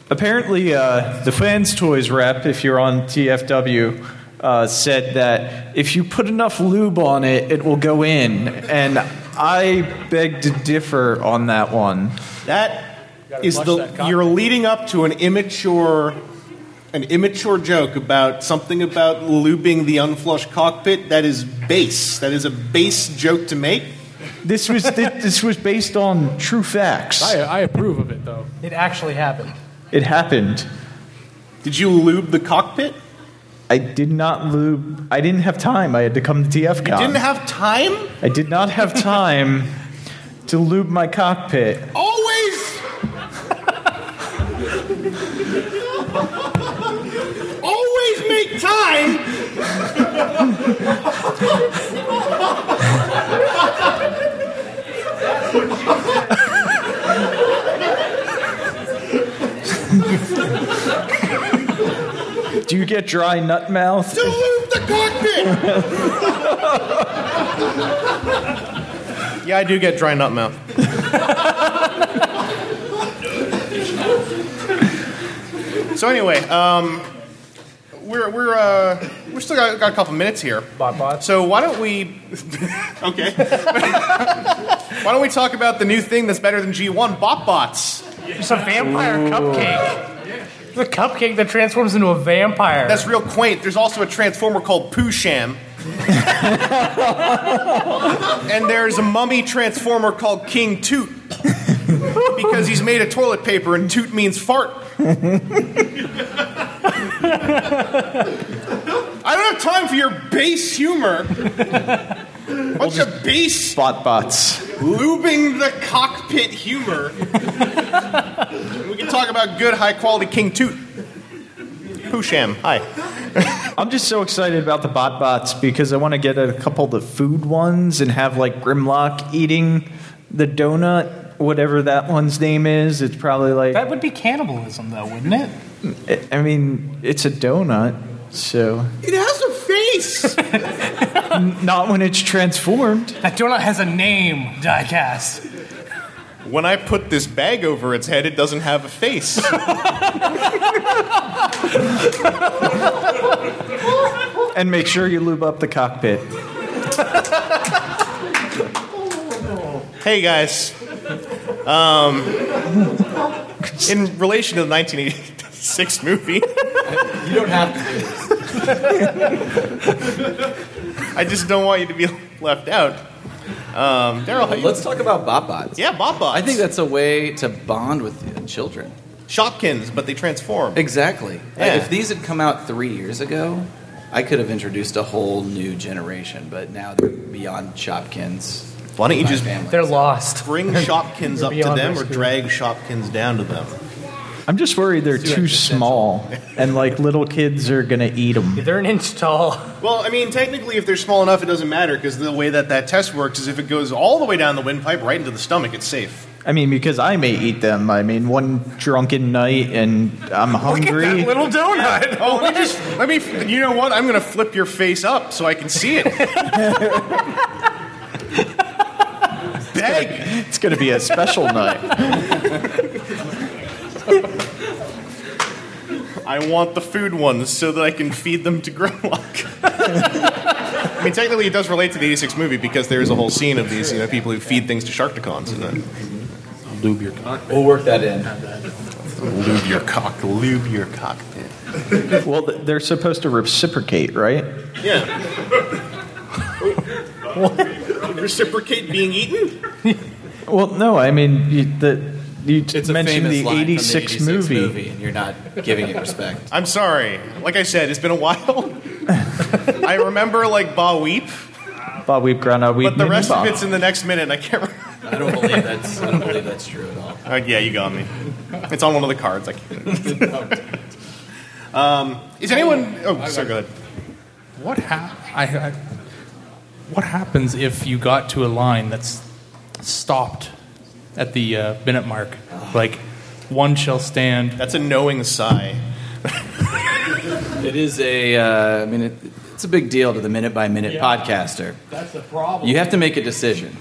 C: Apparently, uh, the Fans Toys rep, if you're on TFW, uh, said that if you put enough lube on it, it will go in. And I beg to differ on that one.
D: That is the you're leading up to an immature an immature joke about something about lubing the unflushed cockpit that is base. That is a base joke to make.
C: This was this, *laughs* this was based on true facts.
E: I, I approve of it though.
F: It actually happened.
C: It happened.
D: Did you lube the cockpit?
C: I did not lube. I didn't have time. I had to come to TFCon.
D: Didn't have time?
C: I did not have time to lube my cockpit.
D: *laughs* Always Always make time.
C: Do you get dry nut mouth?
D: lube the cockpit. yeah, I do get dry nut mouth. so anyway, um, we're we're uh, we're still got, got a couple minutes here.
F: Bot bots.
D: So why don't we? okay. *laughs* why don't we talk about the new thing that's better than G1, BotBots?
F: It's a vampire cupcake. The cupcake that transforms into a vampire.
D: That's real quaint. There's also a transformer called Pooh Sham. and there's a mummy transformer called King Toot. because he's made of toilet paper and toot means fart. I don't have time for your base humor. Bunch of base
C: Bot bots.
D: lubing the cockpit humor. we can talk about good, high quality King Toot. Pooh Sham, hi.
C: I'm just so excited about the bot bots because I want to get a couple of the food ones and have like Grimlock eating the donut, whatever that one's name is. It's probably like
F: that would be cannibalism, though, wouldn't it?
C: I- I mean, it's a donut, so
D: It has a
C: *laughs*
D: face.
C: not when it's transformed.
F: That donut has a name, Diecast.
D: when I put this bag over its head, it doesn't have
B: *laughs*
D: a face.
C: And make sure you lube up the cockpit.
D: hey guys, um, in relation to the 1986 movie,
B: You don't have to do this.
D: *laughs* I just don't want you to be left out. Um, Daryl, how you-
B: Let's talk about BotBots.
D: yeah, Baba.
B: I think that's a way to bond with the children.
D: Shopkins, but they transform.
B: Exactly.
D: Yeah.
B: If these had come out three years ago, I could have introduced a whole new generation. But now they're beyond Chopkins.
D: Why don't you
B: by *laughs*
D: just
B: families.
F: They're lost.
D: bring Shopkins up to
F: beyond
D: them or
F: rescue.
D: drag Shopkins down to them?
C: I'm just worried they're too small and like little kids are gonna eat them.
F: They're an inch tall.
D: Well, I mean, technically, if they're small enough, it doesn't matter because the way that that test works is if it goes all the way down the windpipe right into the stomach, it's safe.
C: I mean, because I may eat them. I mean, one drunken night and I'm hungry. *laughs*
F: Little donut.
D: Oh, let me just let me. You know what? I'm gonna flip your face up so I
C: *laughs*
D: can see it. Beg.
C: It's gonna be a special night.
D: I want the food ones so that I can feed them to Grimlock. *laughs* I mean, technically, it does relate to the '86 movie because there is a whole scene of these, you know, people who feed things to Sharktacons and then
E: Lube your cockpit.
B: We'll work that in.
D: lube your cock, lube your cockpit.
C: Well, th- they're supposed to reciprocate, right?
D: Yeah. Reciprocate being eaten?
C: Well, no. I mean, you, the, you t-
B: It's a
C: mentioned
B: famous
C: the
B: line from
C: '86
B: the 86
C: movie.
B: and you're not giving it respect.
D: I'm sorry. Like I said, it's been a while. *laughs* I remember like Ba Weep.
C: Bob Weep, Grana Weep,
D: But the rest of
C: Bob.
D: it's in the next minute, and I can't remember. *laughs*
B: I don't believe that's. I don't believe that's true at all.
D: Oh, yeah, you got me. It's on one of the cards. I can't. um, is anyone. Oh, so good.
E: What hap- I, I, What happens if you got to a line that's stopped at the uh, minute mark. Like, one shall stand.
D: That's a knowing sigh.
A: It is a, uh, I mean, it, it's a big deal to the minute by minute podcaster.
E: That's the problem.
A: You have to make a decision.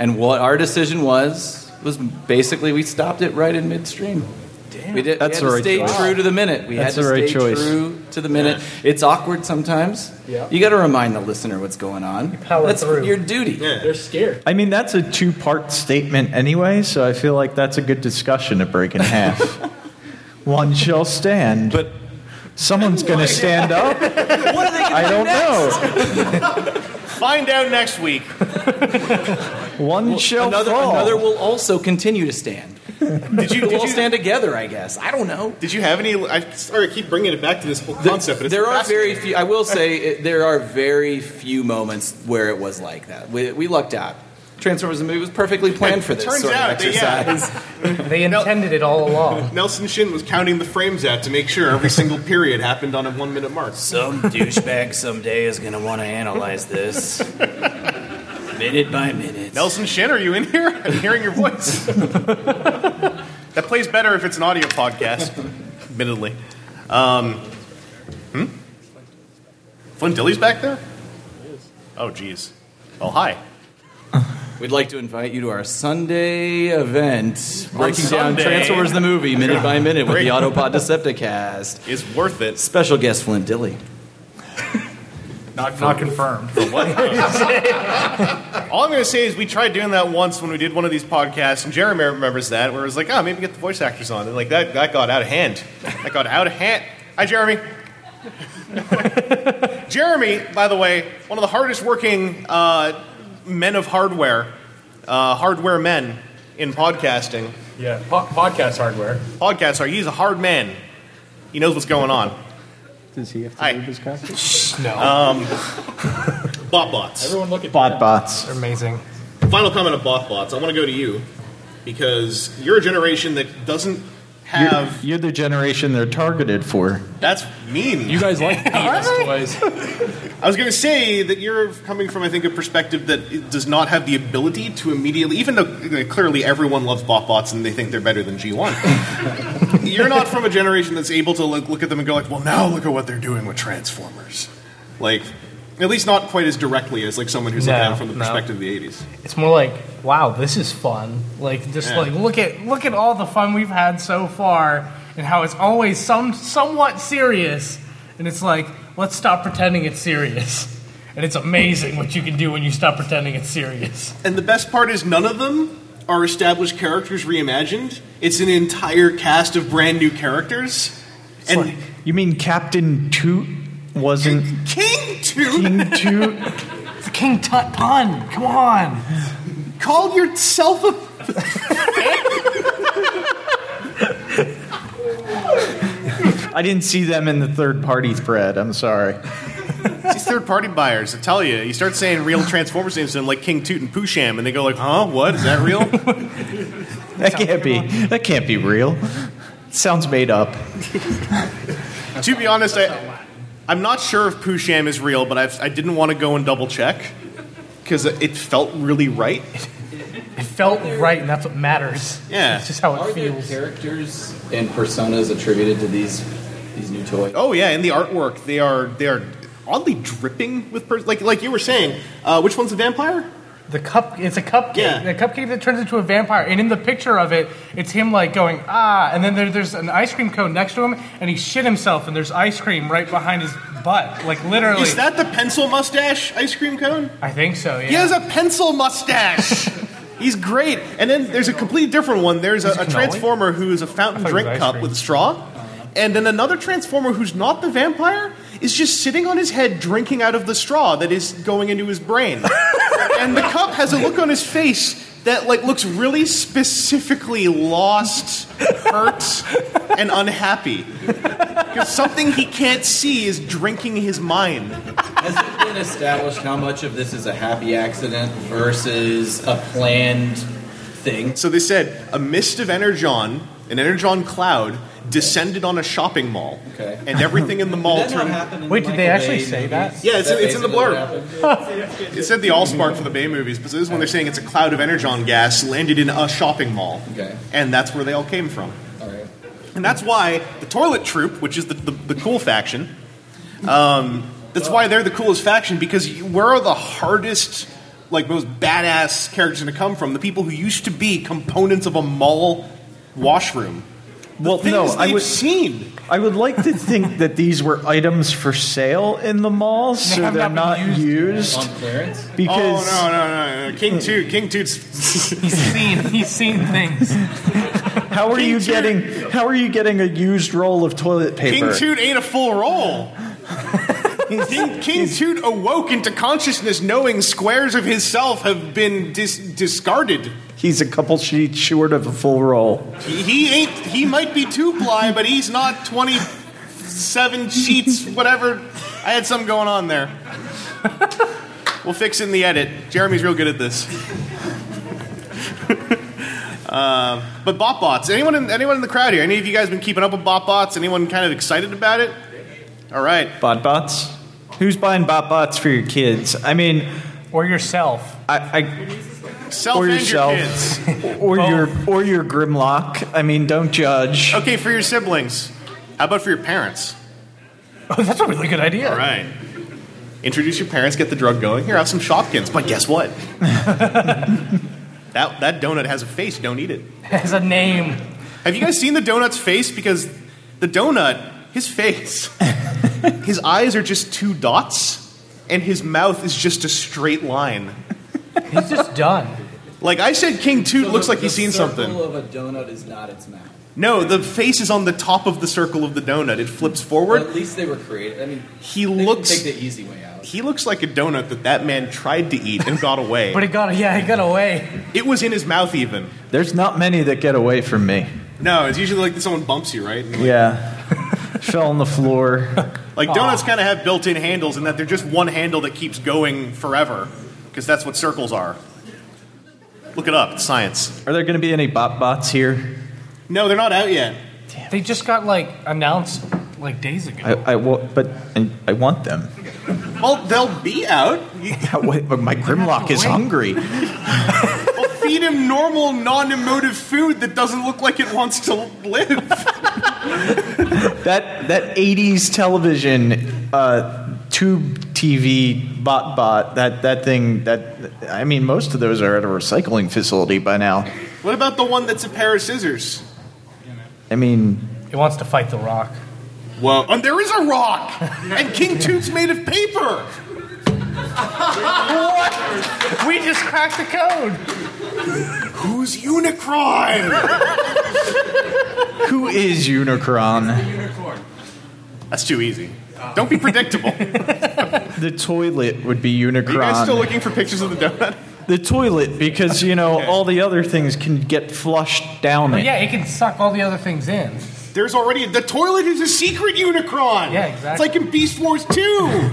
A: And what our decision was, was basically we stopped it right in midstream. Damn. We, did,
C: That's
A: we
C: the
A: had
C: right
A: to stay
C: choice.
A: true to the minute. We
C: That's
A: had to
C: the right
A: stay
C: choice.
A: true to the minute. It's awkward sometimes. You got to remind the listener what's going on.
F: power
A: That's
F: through.
A: your duty.
E: They're scared.
C: I mean, that's a two part statement anyway, so I feel like that's a good discussion to break in half. One shall stand. But someone's going to stand up. what are they I don't
D: Find out next week.
C: know. One shall
A: Another,
C: fall.
A: another will also continue to stand.
D: Did
A: *laughs*
D: you
A: We'll
D: did
A: all
D: you,
A: stand together, I guess. I don't know.
D: did you have any? I sorry, I keep bringing it back to this whole concept, but it's
A: there are
D: fascinating.
A: very few. I will say it, there are very few moments where it was like that. We, we lucked out. Transformers the movie was perfectly planned for this
D: Turns
A: sort
D: out
A: of
D: that,
A: exercise.
D: yeah. *laughs*
F: They intended it all along.
D: Nelson Shin was counting the frames out to make sure
A: *laughs*
D: every single period happened on a one minute mark.
A: Some douchebag someday is going to want to analyze this minute by minute.
D: Nelson Shin, are you in here? *laughs* I'm hearing your voice. that plays better if it's an audio podcast, admittedly. Um, hmm? Flynn Dilly's back there? Oh, geez. Well, hi.
A: We'd like to invite you to our Sunday event, breaking down
D: Sunday.
A: Transformers the movie minute by minute with the
D: Great.
A: Autopod Decepticast.
D: Is worth it.
A: Special guest Flint Dilly.
E: Not, not confirmed.
D: All I'm going to say is we tried doing that once when we did one of these podcasts, and Jeremy remembers that, where it was like, oh, maybe get the voice actors on. And like, that, that got out of hand. That got out of hand. Hi, Jeremy. *laughs* Jeremy, by the way, one of the hardest working uh, men of hardware, uh, hardware men in podcasting.
E: yeah, po- podcast hardware.
D: Podcasts are, he's a hard man. He knows what's going on.
C: Does he have to
D: Hi. Um,
C: leave his copy?
E: No.
D: *laughs* Bot bots.
E: Everyone look at
C: Bot bots.
F: They're amazing.
D: Final comment on bot bots. I want to go to you because you're a generation that doesn't
C: You're,
D: have.
C: you're the generation they're targeted for.
D: That's mean.
E: You guys like penis toys.
D: I was going to say that you're coming from, I think, a perspective that it does not have the ability to immediately, even though you know, clearly everyone loves bot bots and they think they're better than G1. you're not from a generation that's able to look, look at them and go like, well, now look at what they're doing with Transformers. Like, at least not quite as directly as like someone who's looking at
F: No,
D: it from the
F: no.
D: perspective of the 80s.
F: It's more like, wow, this is fun. Like just
D: Yeah.
F: like look at look at all the fun we've had so far, and how it's always some somewhat serious. And it's like, let's stop pretending it's serious. And it's amazing what you can do when you stop pretending it's serious.
D: And the best part is none of them are established characters reimagined. It's an entire cast of brand new characters. and
F: like-
C: You mean Captain Toot wasn't
D: *laughs* King Toot
C: King Toot?
F: It's a King Tut pun. Come on.
D: Call yourself a.
C: I didn't see them in the third party thread. I'm sorry.
D: *laughs* These third party buyers, I tell you, you start saying real Transformers names to them like King Toot and Poosham, and they go like, huh, what? Is that real?
C: *laughs* That can't be. That can't be real. Sounds made up.
D: to be honest, I, I'm not sure if Poosham is real, but I've, I didn't want to go and double check because it felt really right.
F: It felt right, and that's what matters.
D: Yeah.
F: It's just how it
A: Are there
F: feels.
A: characters and personas attributed to these these new toys?
D: Oh yeah, and the artwork, they are they are oddly dripping with pers- like like you were saying. Uh, which one's the vampire?
F: The cup, it's a cupcake.
D: Yeah.
F: The cupcake that turns into a vampire. And in the picture of it, it's him like going, ah. And then there, there's an ice cream cone next to him, and he shit himself, and there's ice cream right behind his butt. Like literally.
D: Is that the pencil mustache ice cream cone?
F: I think so, yeah.
D: He has a pencil
F: *laughs*
D: mustache. He's great. And then there's a completely different one. There's a, a
F: cannoli?
D: transformer who is a
F: I
D: fountain
F: thought it
D: drink
F: was ice
D: cup
F: cream.
D: with a straw. And then another transformer who's not the vampire is just sitting on his head drinking out of the straw that is going into his
F: *laughs*
D: brain. and the cup has a look on his face that like looks really specifically lost, hurt, and unhappy. Because something he can't see is drinking his mind.
A: Has it been established how much of this is a happy accident versus a planned thing?
D: So they said a mist of energon an energon cloud descended on a shopping mall,
A: Okay.
D: and everything
A: *laughs*
D: in the mall
A: Did that not
D: turned.
A: happen in
F: Wait,
A: the
F: did they
A: Michael
F: actually
A: Bay
F: say
A: movies?
F: that?
D: Yeah, it's,
A: That
D: it's in the
A: basically what
D: blurb.
A: happened?
D: It said the Allspark for the Bay movies, but this is when they're saying it's a cloud of energon gas landed in a shopping mall.
A: Okay.
D: And that's where they all came from.
A: All right.
D: And that's why the Toilet Troop, which is the, the, the cool faction, um, that's why they're the coolest faction because you- where are the hardest, like most badass characters going to come from? The people who used to be components of a mall washroom. The
C: Well,
D: things
C: no,
D: they've
C: I would-
D: seen.
C: I would like to think that these were items for sale in the mall, so
E: have
C: they're not
E: not been
C: used.
A: On clearance?
C: Because
D: oh no, no, no, no! King Toot, King Toot's
F: He's seen. He's seen things.
C: how are you getting how are you getting a used roll of toilet
D: King
C: paper?
D: Toot ain't a full roll. King, King Toot awoke into consciousness knowing squares of his self have been dis- discarded.
C: He's a couple sheets short of a full roll.
D: He, he ain't. He might be two ply, but he's not twenty-seven sheets. Whatever. I had something going on there. We'll fix it in the edit. Jeremy's real good at this. *laughs* Uh, but Bot Bots. Anyone in anyone in the crowd here? Any of you guys been keeping up with Bot Bots? Anyone kind of excited about it? All right.
C: Bot bots? Who's buying bot bots for your kids? I mean,
F: Or yourself.
C: I, I
D: Self
C: Or
D: and
C: yourself.
D: your
C: *laughs*
D: kids. Oh.
C: or your or your Grimlock. I mean, don't judge.
D: Okay, for your siblings. How about for your parents?
F: Oh, that's a really good idea.
D: All right. Introduce your parents, get the drug going. Here, have some Shopkins. But guess what? that that donut has a face. Don't eat it.
F: Has a name.
D: Have you guys seen the donut's face? Because the donut, his face, his eyes are just two dots, and his mouth is just a straight line.
F: He's just done.
D: Like I said, King Toot looks like he's seen
A: The
D: something.
A: circle of a donut is not its mouth.
D: No, the face is on the top of the circle of the donut. It flips
A: Or
D: forward.
A: at least they were creative. I mean,
D: He
A: they didn't
D: looks-
A: take the easy way out.
D: He looks like a donut that that man tried to eat and got away.
F: But he got. Yeah, he got away.
D: it was in his mouth even.
C: There's not many that get away from me.
D: No, it's usually like someone bumps you, right? And like, *laughs*
C: Yeah, fell on the floor.
D: Like donuts kind of have built-in handles in that they're just one handle that keeps going forever because that's what circles are. Look it up, it's science.
C: Are there going to be any bot bots here?
D: No, they're not out yet.
F: They just got like announced like days ago.
C: I, I wa- but I, I want *laughs* them.
D: Well, they'll be out. You
C: My Grimlock is
F: wait.
C: hungry.
D: well, feed him normal, non-emotive food that doesn't look like it wants to live.
C: That that '80s television uh, tube TV bot bot that that thing that I mean most of those are at a recycling facility by now.
D: what about the one that's a pair of scissors?
C: I mean,
F: He wants to fight the Rock.
D: Well, and there is a rock, and King Toot's made of paper.
F: We just cracked the code.
D: Who's Unicron?
C: who is Unicron?
D: That's too easy. Don't be predictable. Are
C: The toilet would be Unicron.
D: you guys still looking for pictures of the donut?
C: the toilet because you know all the other things can get flushed down it.
F: Oh, Yeah, it can suck all the other things in.
D: There's already the toilet is a secret Unicron.
F: Yeah, exactly.
D: It's like in Beast Wars 2.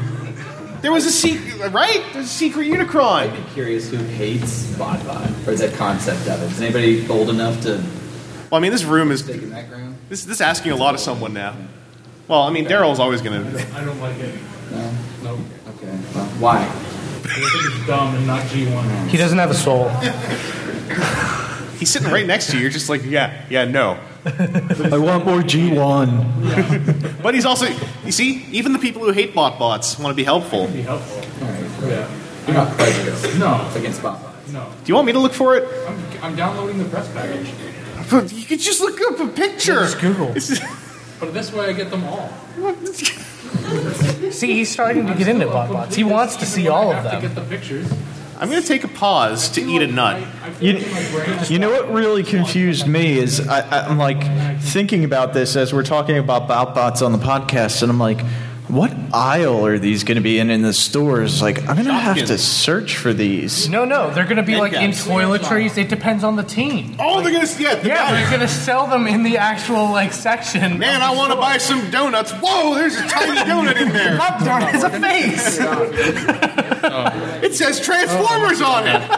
D: there was a secret, right? There's a secret Unicron.
A: I'm curious who hates BotBot, or is that concept of it? Is anybody old enough to
D: Well, I mean, this room is
A: take in that ground?
D: this this asking a lot of someone now. Well, I mean, Daryl's always gonna.
E: I don't like it.
A: No?
E: No.
A: Okay. Well, why?
E: I think it's dumb and not G1.
F: He doesn't have a soul.
D: He's sitting right next to you. You're just like, yeah, yeah, no.
C: I want more G1.
D: But he's also, you see, even the people who hate bot bots want to be helpful. Do
A: All right. You're not prejudiced
E: No,
A: against BotBot.
E: no.
D: you want me to look for it?
E: I'm, I'm downloading the press package.
D: But you could just look up a picture.
F: Just Google.
E: But this way I get them all.
F: See, he's starting to get into bot bots. He wants to see all of
E: I have to
F: them.
E: get the pictures.
D: I'm gonna take a pause to eat a nut.
E: I feel
C: You,
E: like my brain is
C: you know what really confused me is I, I, I'm like thinking about this as we're talking about BotBots on the podcast, and I'm like, what aisle are these going to be in in the stores? Like, I'm going to have to
D: Shopkins.
C: search for these.
F: No, no, they're going to be like in
D: Handcuffs.
F: toiletries. It depends on the team.
D: Oh, they're gonna yeah. the
F: Yeah,
D: guy-
F: they're going to sell them in the actual like section.
D: Man, I want to buy some donuts. Whoa, there's a tiny donut in there.
F: *laughs* Up there has a face.
D: It says Transformers on it.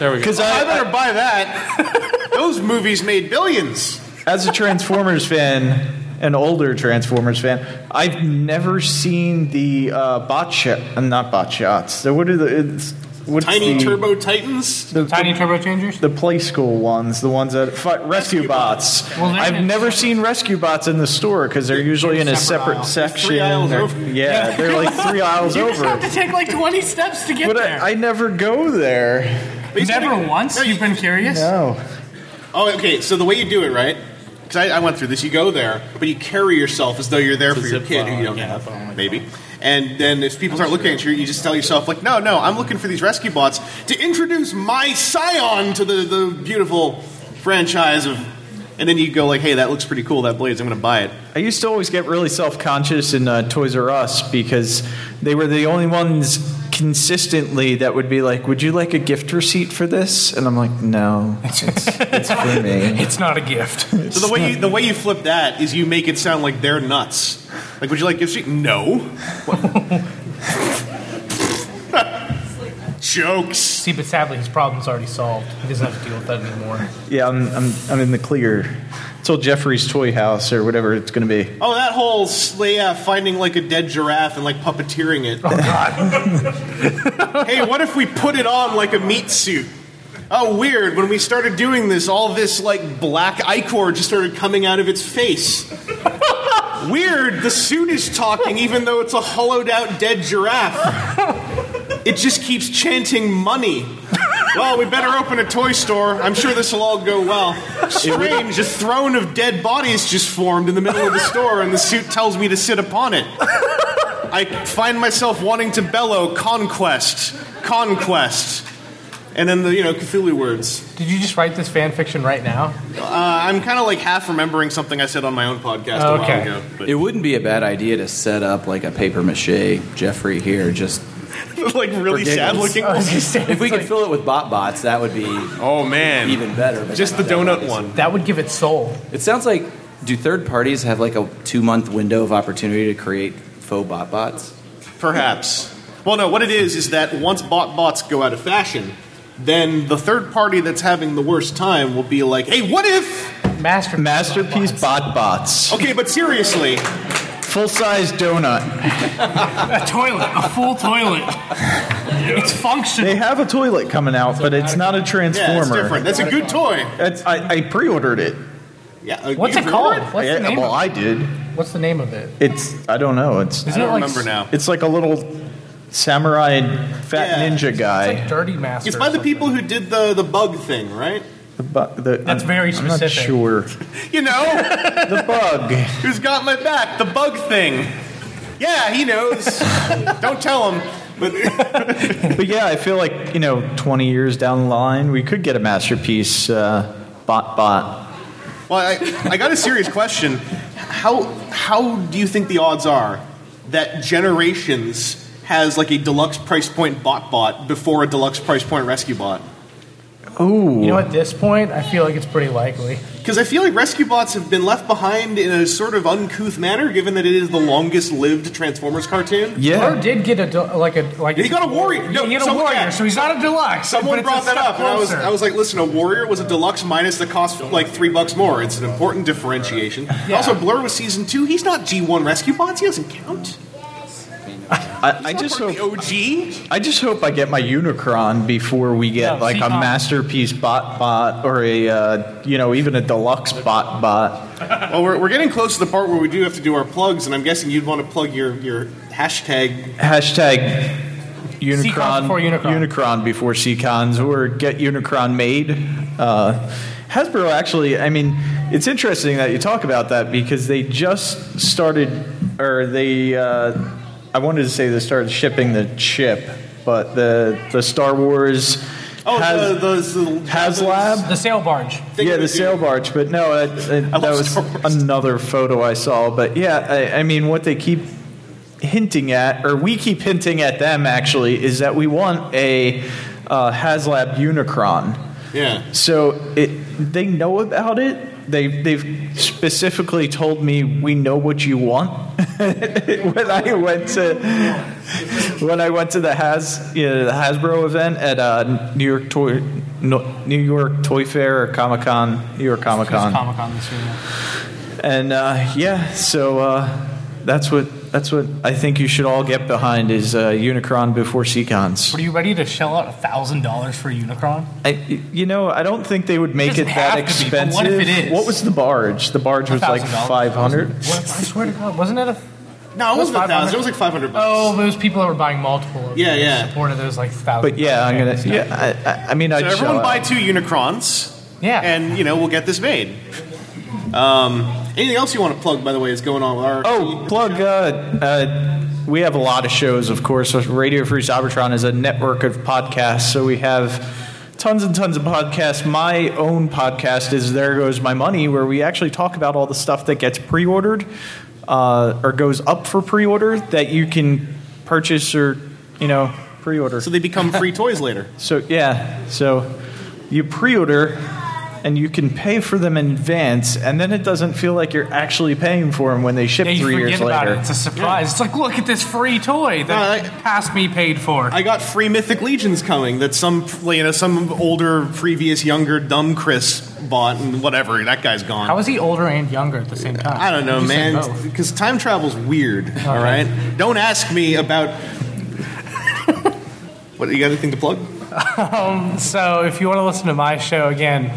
E: There we go.
C: Because I,
D: I better buy that. Those movies made billions.
C: as a Transformers fan, an older Transformers fan, I've never seen the uh, bot shot. Uh, not bot shots. So what are the it's, what's
D: Tiny
C: the,
D: Turbo Titans.
C: The,
F: Tiny
C: the,
F: turbo changers.
C: the play school ones, the ones that fight rescue, bots.
F: Well, they're
C: I've
F: in a-
C: never seen rescue bots in the store because they're usually in a
D: separate
C: separate,
D: aisle.
C: section.
D: Three aisles
C: or-
D: over.
C: *laughs* Yeah, they're like three aisles
F: You just have
C: over.
F: to take like 20 steps to get
C: But
F: there.
C: I, I never go there.
F: Never once? You've been curious?
C: No.
D: Oh, okay. So the way you do it, right? Because I, I went through this. You go there, but you carry yourself as though you're there for your kid who you don't have, maybe. And then if people start looking at you, you just tell yourself, like, no, no, I'm looking for these rescue bots to introduce my scion to the, the beautiful franchise of. And then you go like, hey, that looks pretty cool. That blades, I'm going to buy it.
C: I used to always get really self conscious in uh, Toys R Us because they were the only ones consistently that would be like, Would you like a gift receipt for this? And I'm like, No, it's, it's for
F: *laughs*
C: me.
F: It's not a gift.
D: So the way you the way you flip that is you make it sound like they're nuts. Like, would you like gift sheet? No. What? *laughs* Jokes.
F: See, but sadly, his problem's already solved. He doesn't have to deal with that anymore.
C: Yeah, I'm, I'm, I'm in the clear. It's old Jeffrey's Toy House or whatever it's going to be.
D: Oh, that whole s- yeah, finding like a dead giraffe and like puppeteering it. *laughs* hey, what if we put it on like a meat suit? Oh, weird. When we started doing this, all this like black ichor just started coming out of its face. weird. The suit is talking, even though it's a hollowed out dead giraffe. It just keeps chanting money. Well, we better open a toy store. I'm sure this will all go well. Strange, a throne of dead bodies just formed in the middle of the store, and the suit tells me to sit upon it. I find myself wanting to bellow conquest, conquest, and then the you know Cthulhu words.
F: Did you just write this fan fiction right now?
D: Uh, I'm kind of like half remembering something I said on my own podcast a
F: Okay.
D: while ago. But
A: It wouldn't be a bad idea to set up like a paper mache Jeffrey here.
D: *laughs*
A: Just
D: like really
A: For giggles.
D: sad looking.
F: I
A: *laughs*
F: was gonna say,
A: if we
F: it's
A: could
F: like-
A: fill it with bot bots, that would be
D: Oh man,
A: even better. but
D: Just the
A: not that
D: donut
A: obvious.
D: one.
F: that would give it soul.
A: It sounds like do third parties have like a two month window of opportunity to create faux bot bots?
D: Perhaps. Well, no, what it is is that once bot bots go out of fashion, then the third party that's having the worst time will be like, hey, what if?
F: Master.
C: Masterpiece Bot Bots.
D: Okay, but seriously,
C: Full size donut.
F: A toilet. A full toilet. It's functional.
C: They have a toilet coming out, but it's not a
D: yeah, it's
C: Transformer.
D: different. That's a good toy.
C: That's- I, I pre ordered it.
D: Yeah. uh,
F: What's
D: you
F: it
D: remember
F: called?
D: it?
F: What's
C: Yeah,
F: the name
C: well,
F: of
C: I did.
F: it? What's the name of it?
C: It's, I don't know. It's
D: I
F: Isn't
D: don't
F: it like
D: remember now.
C: It's like a little samurai fat
D: Yeah.
C: ninja
F: It's
C: guy.
F: like Dirty Master.
D: It's
F: or
D: by the
F: something.
D: people who did the the bug thing, right?
C: The bu- the-
F: That's very
C: I'm
F: specific.
C: Not sure.
F: *laughs*
D: You know,
C: The bug.
D: who's got my back? The bug thing. Yeah, he
F: *laughs*
D: knows. don't tell him. But
C: But yeah, I feel like you know, 20 years down the line, we could get a masterpiece uh, bot bot.
D: Well, I, I got a serious question. How how do you think the odds are that Generations has like a deluxe price point bot bot before a deluxe price point rescue bot?
C: Ooh,
F: You know, at this point, I feel like it's pretty likely.
D: Because I feel like rescue bots have been left behind in a sort of uncouth manner, given that it is the longest lived Transformers cartoon.
C: yeah.
F: Blur did get a del- like a like.
D: He got a warrior. No,
F: he got a
D: someone-
F: warrior,
D: yeah.
F: so he's not a deluxe. but
D: Someone
F: it's a
D: brought that
F: step
D: up, and I was,
F: closer.
D: I was like, listen, a warrior was a deluxe minus the cost like three bucks more. It's an important differentiation. Also, Blur was season two. He's not G1 Rescue Bots. He doesn't count.
C: I, I just
D: Part of
C: hope
D: the OG.
C: I just hope I get my Unicron before we get
F: No,
C: like a
F: Seacon.
C: masterpiece bot bot or a uh, you know even a deluxe bot bot.
D: Well, we're, we're getting close to the part where we do have to do our plugs, and I'm guessing you'd want to plug your, your hashtag.
C: Hashtag. Unicron,
F: before Unicron.
C: Unicron before Seacons, or get Unicron made. Uh, Hasbro actually, I mean, it's interesting that you talk about that because they just started, or they, uh, I wanted to say they started shipping the chip, but the the Star Wars
D: Oh,
C: Has-
D: the, the, the
C: HasLab.
F: the sail barge.
D: thing
C: Yeah,
D: that
C: the
D: they
C: sail
D: do.
C: barge, but no, it, it-
D: I
C: that
D: love
C: was
D: Star Wars.
C: another photo I saw. But yeah, I, I mean, what they keep hinting at, or we keep hinting at them actually, is that we want a uh, HasLab Unicron.
D: Yeah.
C: So it, they know about it. They they've specifically told me we know what you want. *laughs* when I went to when I went to the Has you know, the Hasbro event at uh, New York Toy no, New York Toy Fair or Comic Con New York Comic Con
F: Comic Con this year. yeah.
C: and uh, yeah so uh, that's what that's what I think you should all get behind is uh, Unicron before Seacons.
G: Were you ready to shell out thousand dollars for Unicron?
C: I, you know I don't think they would make it,
G: doesn't
C: that
G: have to be, but
C: expensive.
G: what if it is?
C: What was the barge? The barge was like
G: $1,000.
C: five hundred.
G: What? I swear to God, wasn't it a?
D: No, it wasn't a thousand. It was like five hundred bucks.
G: Oh, but it was people that were buying multiple. Of
D: Yeah,
G: them.
D: yeah.
G: Supported those like thousand.
C: But yeah, I'm gonna. Yeah, I, I, I mean, I'd
D: So
C: shell
D: everyone
C: out.
D: buy two Unicrons.
G: Yeah.
D: And you know we'll get this made. Um, anything else you want to plug? By the way, is going on with our.
C: Oh, plug. Uh, uh, we have a lot of shows, of course. Radio Free Cybertron is a network of podcasts, so we have tons and tons of podcasts. My own podcast is There Goes My Money, where we actually talk about all the stuff that gets pre ordered uh, or goes up for pre order that you can purchase or, you know, pre order.
D: So they become free toys later.
C: So yeah, so you pre-order and you can pay for them in advance, and then it doesn't feel like you're actually paying for them when they ship
G: Yeah, you
C: three
G: forget
C: years
G: about
C: later.
G: it. It's a surprise. It's like, look at this free toy that
D: No, I-
G: past me paid for.
D: I got free Mythic Legions coming that some you know some older, previous, younger, dumb Chris bought and whatever. That guy's gone.
G: How is he older and younger at the same time?
D: I don't know,
G: You said
D: man.
G: both.
D: Because time travel's weird. all right? Don't ask me about. what you got anything to plug?
F: Um, So if you want to listen to my show again,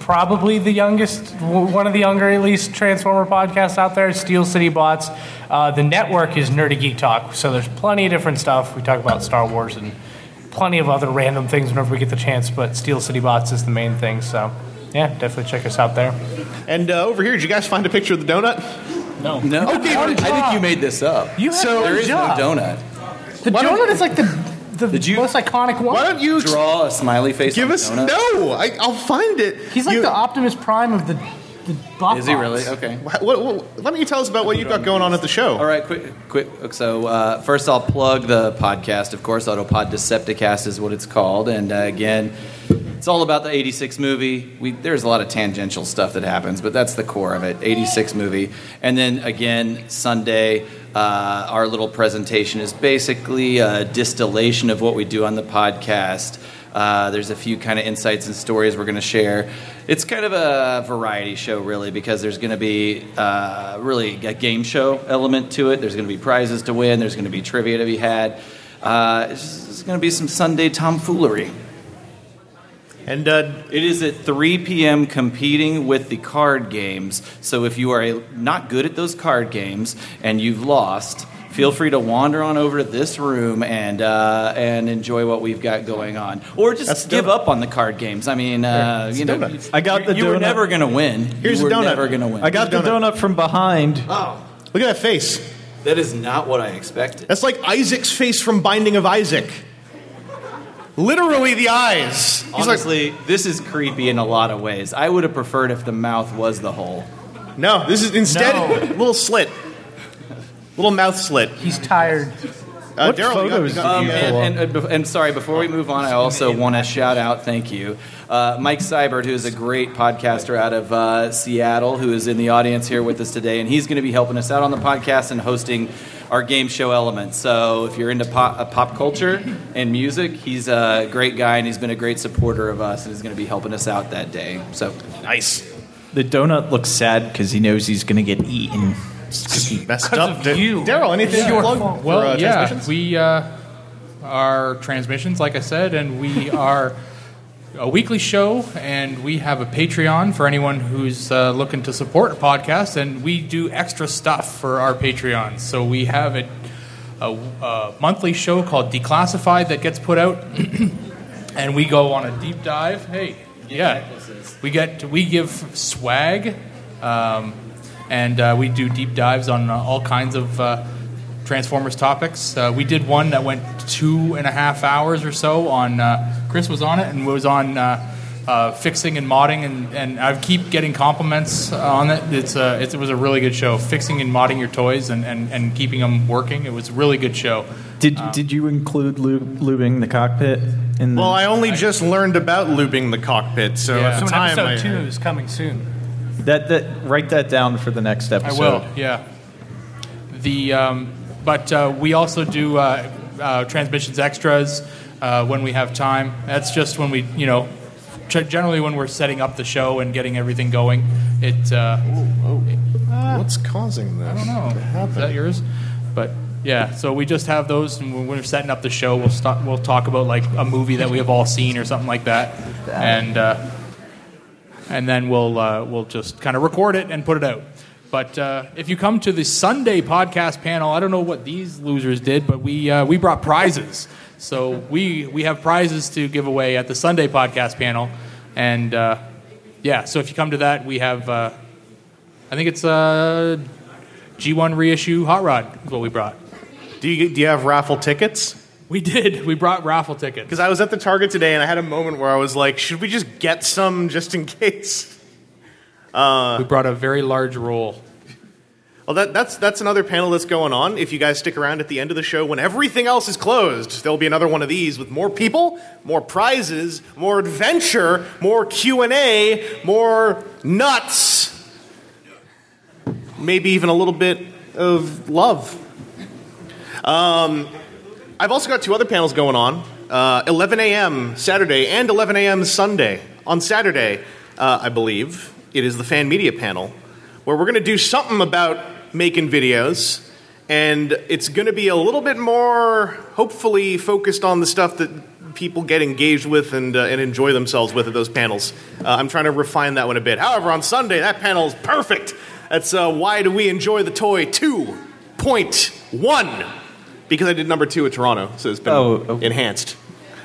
F: probably the youngest, w- one of the younger at least Transformer podcasts out there, Steel City Bots. Uh, the network is Nerdy Geek Talk, so there's plenty of different stuff. We talk about Star Wars and plenty of other random things whenever we get the chance, but Steel City Bots is the main thing. So yeah, definitely check us out there.
D: And uh, over here, did you guys find a picture of the donut?
A: No.
D: Oh. Okay,
A: I
D: what a
A: think you made this up.
F: You have
A: so
F: no
A: there is
F: job.
A: no donut.
G: The donut is like the the
A: Did you-
G: most iconic one.
D: Why don't you ex-
A: Draw a smiley face.
D: give
A: on a
D: us?
A: donut.
D: No, I, I'll find it.
G: He's like
D: You-
G: the Optimus Prime of the the bot
A: Is he
G: bots.
A: really? Okay.
D: Wha- what- what- why don't you tell us about what you've got going on at the
A: All
D: show?
A: right, quick, quick. So uh, first, I'll plug the podcast. Of course, Autopod Decepticast is what it's called, and uh, again, it's all about the '86 movie. We, there's a lot of tangential stuff that happens, but that's the core of it. '86 movie, and then again Sunday, uh, our little presentation is basically a distillation of what we do on the podcast. Uh, there's a few kind of insights and stories we're going to share. It's kind of a variety show, really, because there's going to be uh, really a game show element to it. There's going to be prizes to win. There's going to be trivia to be had. Uh, it's just- it's going to be some Sunday tomfoolery.
D: And uh,
A: It is at 3 p.m. competing with the card games. So if you are a, not good at those card games and you've lost, feel free to wander on over to this room and uh, and enjoy what we've got going on, or just
D: That's
A: give
D: donut.
A: up on the card games. I mean, uh, you know,
D: donut.
C: I got the
A: you, you were
C: donut.
A: never going to win.
D: Here's
A: you
D: the
A: were
D: donut.
A: never going to win.
C: I got the donut from behind.
D: look at that face.
A: that is not what I expected.
D: That's like Isaac's face from Binding of Isaac. Literally the eyes. He's
A: Honestly, this is creepy in a lot of ways. I would have preferred if the mouth was the hole.
D: like, no, this is instead *laughs* little slit, little mouth slit.
G: He's tired.
D: Uh,
C: What
D: Daryl, you got-
C: photos
D: you got-
C: did
A: Um,
D: yeah.
A: and, and, and, and sorry, before we move on, I also want to shout out, thank you, uh, Mike Seibert, who is a great podcaster out of uh, Seattle, who is in the audience here with us today, and he's going to be helping us out on the podcast and hosting our game show element. So if you're into pop, uh, pop culture and music, he's a great guy, and he's been a great supporter of us, and is going to be helping us out that day. So
D: Nice.
C: The donut looks sad because he knows he's gonna get eaten.
D: Messed up. Da- Daryl, anything
G: It's
D: you
G: your
D: plug
G: fault.
D: for
E: Well,
D: uh,
E: yeah,
D: transmissions?
E: we uh, are transmissions, like I said, and we *laughs* are a weekly show, and we have a Patreon for anyone who's uh, looking to support a podcast, and we do extra stuff for our Patreons. So we have a, a, a monthly show called Declassified that gets put out, and we go on a deep dive. Hey, yeah, we get we give swag, um, and uh, we do deep dives on uh, all kinds of uh, Transformers topics. Uh, we did one that went two and a half hours or so on. Uh, Chris was on it and was on. Uh, uh, fixing and modding, and, and I keep getting compliments on it. It's, uh, it's, it was a really good show. Fixing and modding your toys and, and, and keeping them working. It was a really good show.
C: Did
G: Uh.
C: did you include lube, lubing the cockpit? In the,
D: Well, I only just learned about lubing the cockpit, so
E: Yeah.
D: at
E: So
D: the
E: an
D: time,
F: Episode
D: I,
F: two is coming soon.
C: that that write that down for the next
E: I
C: episode.
E: will. Yeah. The um, but uh, we also do uh, uh, transmissions extras uh, when we have time. That's just when we you know ge- generally when we're setting up the show and getting everything going. It uh,
D: Uh,
H: What's causing this?
E: I don't know. Is that yours? But yeah, so we just have those, and when we're setting up the show, we'll stop, we'll talk about like a movie that we have all seen or something like that, and uh, and then we'll uh, we'll just kind of record it and put it out. But uh, if you come to the Sunday podcast panel, I don't know what these losers did, but we uh, we brought prizes. So we we have prizes to give away at the Sunday podcast panel, and uh, yeah. So if you come to that, we have uh, I think it's uh, G1 reissue hot rod is what we brought.
D: Do you do you have raffle tickets?
E: We did. We brought raffle tickets.
D: Because I was at the Target today and I had a moment where I was like, should we just get some just in *laughs* case?
E: we brought a very large roll.
D: Well, that, that's that's another panel that's going on. If you guys stick around at the end of the show when everything else is closed, there'll be another one of these with more people, more prizes, more adventure, more Q and A, more nuts, maybe even a little bit of love. I've also got two other panels going on uh, 11 a.m. Saturday and 11 a.m. Sunday. On Saturday, uh, I believe, it is the fan media panel where we're going to do something about making videos. And it's going to be a little bit more, hopefully, focused on the stuff that people get engaged with and, uh, and enjoy themselves with at those panels. Uh, I'm trying to refine that one a bit. However, on Sunday, that panel is perfect. That's uh, Why Do We Enjoy the Toy 2.1 because I did number two at Toronto, so it's been
C: Oh, oh.
D: enhanced.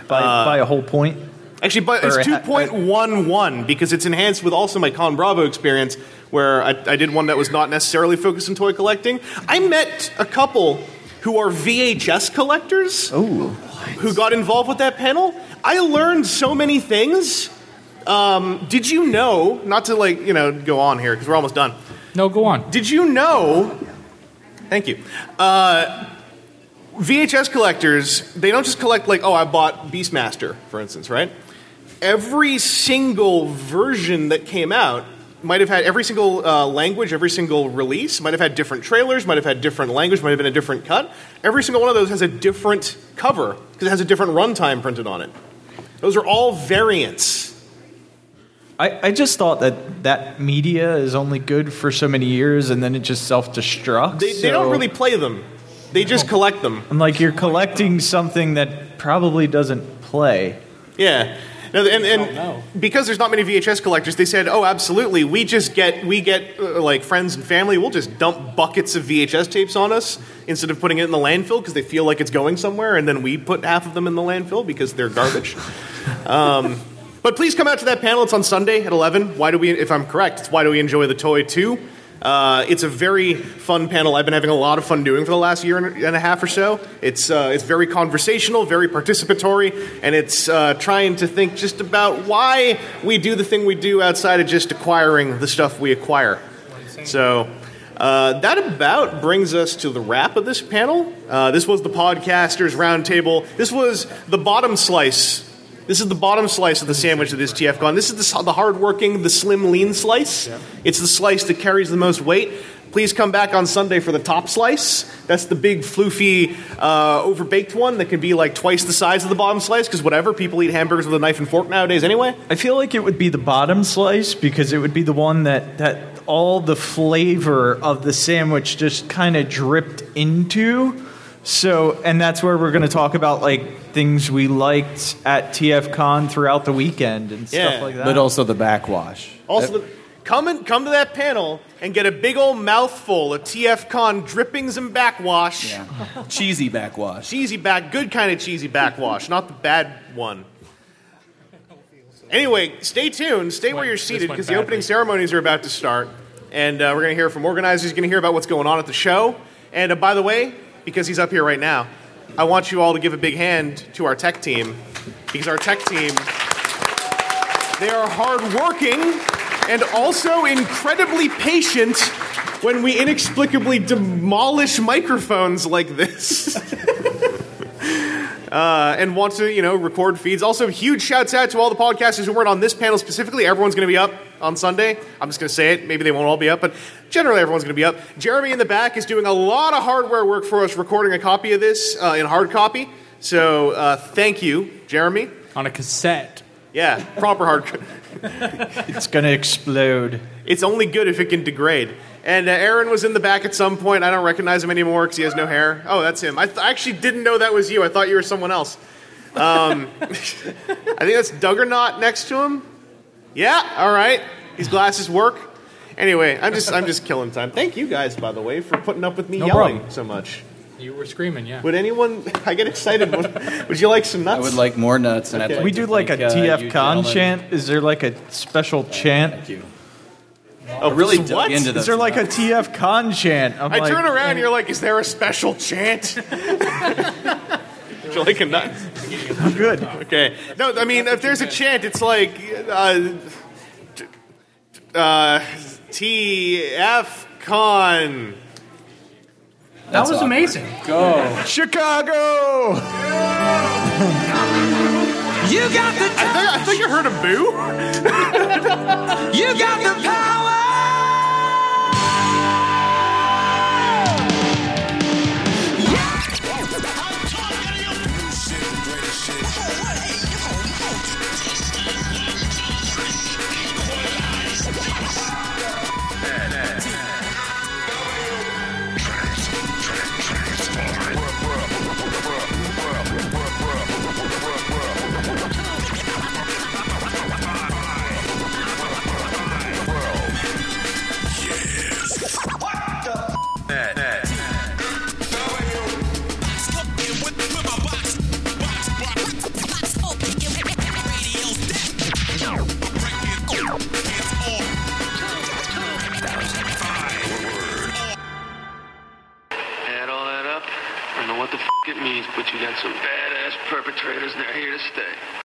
C: by,
A: Uh,
C: by a whole point.
D: Actually, but
C: Or
D: it's
C: it ha-
D: two point one one because it's enhanced with also my Con Bravo experience, where I, I did one that was not necessarily focused on toy collecting. I met a couple who are VHS collectors
C: Ooh.
D: who got involved with that panel. I learned so many things. Um, did you know? Not to like you know go on here because we're almost done.
E: No, go on.
D: Did you know? Thank you. Uh, VHS collectors, they don't just collect, like, oh, I bought Beastmaster, for instance, right? Every single version that came out might have had every single uh, language, every single release, might have had different trailers, might have had different language, might have been a different cut. Every single one of those has a different cover because it has a different runtime printed on it. Those are all variants.
C: I, I just thought that that media is only good for so many years and then it just self destructs.
D: They, they don't really play them, they just collect them.
C: I'm like, you're collecting something that probably doesn't play.
D: Yeah. No, and and because there's not many VHS collectors, they said, "Oh, absolutely. We just get we get uh, like friends and family. We'll just dump buckets of VHS tapes on us instead of putting it in the landfill because they feel like it's going somewhere, and then we put half of them in the landfill because they're garbage." um, but please come out to that panel. It's on Sunday at 11. Why do we? If I'm correct, it's why do we enjoy the toy too? Uh, it's a very fun panel. I've been having a lot of fun doing for the last year and and a half or so. It's uh, it's very conversational, very participatory, and it's uh, trying to think just about why we do the thing we do outside of just acquiring the stuff we acquire. So. Uh, that about brings us to the wrap of this panel. Uh, this was the podcasters roundtable. This was the bottom slice. This is the bottom slice of the sandwich that is TFCon. This is the, the hardworking, the slim, lean slice. It's the slice that carries the most weight. Please come back on Sunday for the top slice. That's the big, floofy, uh, overbaked one that can be like twice the size of the bottom slice because whatever, people eat hamburgers with a knife and fork nowadays anyway.
C: I feel like it would be the bottom slice because it would be the one that, that all the flavor of the sandwich just kind of dripped into. So, and that's where we're going to talk about like things we liked at TFCon throughout the weekend and
D: Yeah.
C: stuff like that.
A: but also the backwash.
D: Also, the, come and come to that panel and get a big old mouthful of TFCon drippings and backwash.
A: Cheesy backwash.
D: cheesy back, good kind of cheesy backwash, not the bad one. Anyway, stay tuned, stay where
E: went-
D: you're
E: this
D: seated
E: went
D: because the opening
E: badly.
D: ceremonies are about to start, and uh, we're going to hear from organizers, going to hear about what's going on at the show, and uh, by the way, because he's up here right now, I want you all to give a big hand to our tech team because our tech team, they are hardworking and also incredibly patient when we inexplicably demolish microphones like this *laughs* uh, and want to, you know, record feeds. Also, huge shouts out to all the podcasters who weren't on this panel specifically. Everyone's going to be up on Sunday. I'm just going to say it. Maybe they won't all be up, but generally everyone's going to be up. Jeremy in the back is doing a lot of hardware work for us, recording a copy of this uh, in hard copy. So uh, thank you, Jeremy.
E: on a cassette.
D: Yeah, proper hard. co-
C: It's gonna explode.
D: It's only good if it can degrade. And uh, Aaron was in the back at some point. I don't recognize him anymore because he has no hair. Oh, that's him. I, th- I actually didn't know that was you. I thought you were someone else. Um, *laughs* I think that's Duggernaut next to him. Yeah. All right. His glasses work. Anyway, I'm just I'm just killing time. Thank you guys, by the way, for putting up with me yelling so much.
E: You were screaming, yeah.
D: Would anyone? *laughs* I get excited. Would, would you like some nuts?
A: I would like more nuts, and I'd
D: Okay.
A: like
C: We
A: to
C: do like a
A: thank, uh,
C: TF
A: you
C: Con
A: gentlemen.
C: chant. Is there like a special chant?
A: Thank you.
D: oh,
A: Really
D: what?
A: dug into this.
C: Is there like a TF Con chant? I'm
D: I
C: like,
D: turn around. and You're like, is there a special chant? *laughs* would you like a nut?
C: good.
D: Okay. No, I mean, if there's a chant, it's like uh, t- uh, TF Con.
F: that was amazing.
C: Chicago.
I: You got the
D: I think, I think I heard a boo.
I: you got the power.
J: Add all that up, I don't know what the f it means, but you got some badass perpetrators, and they're here to stay.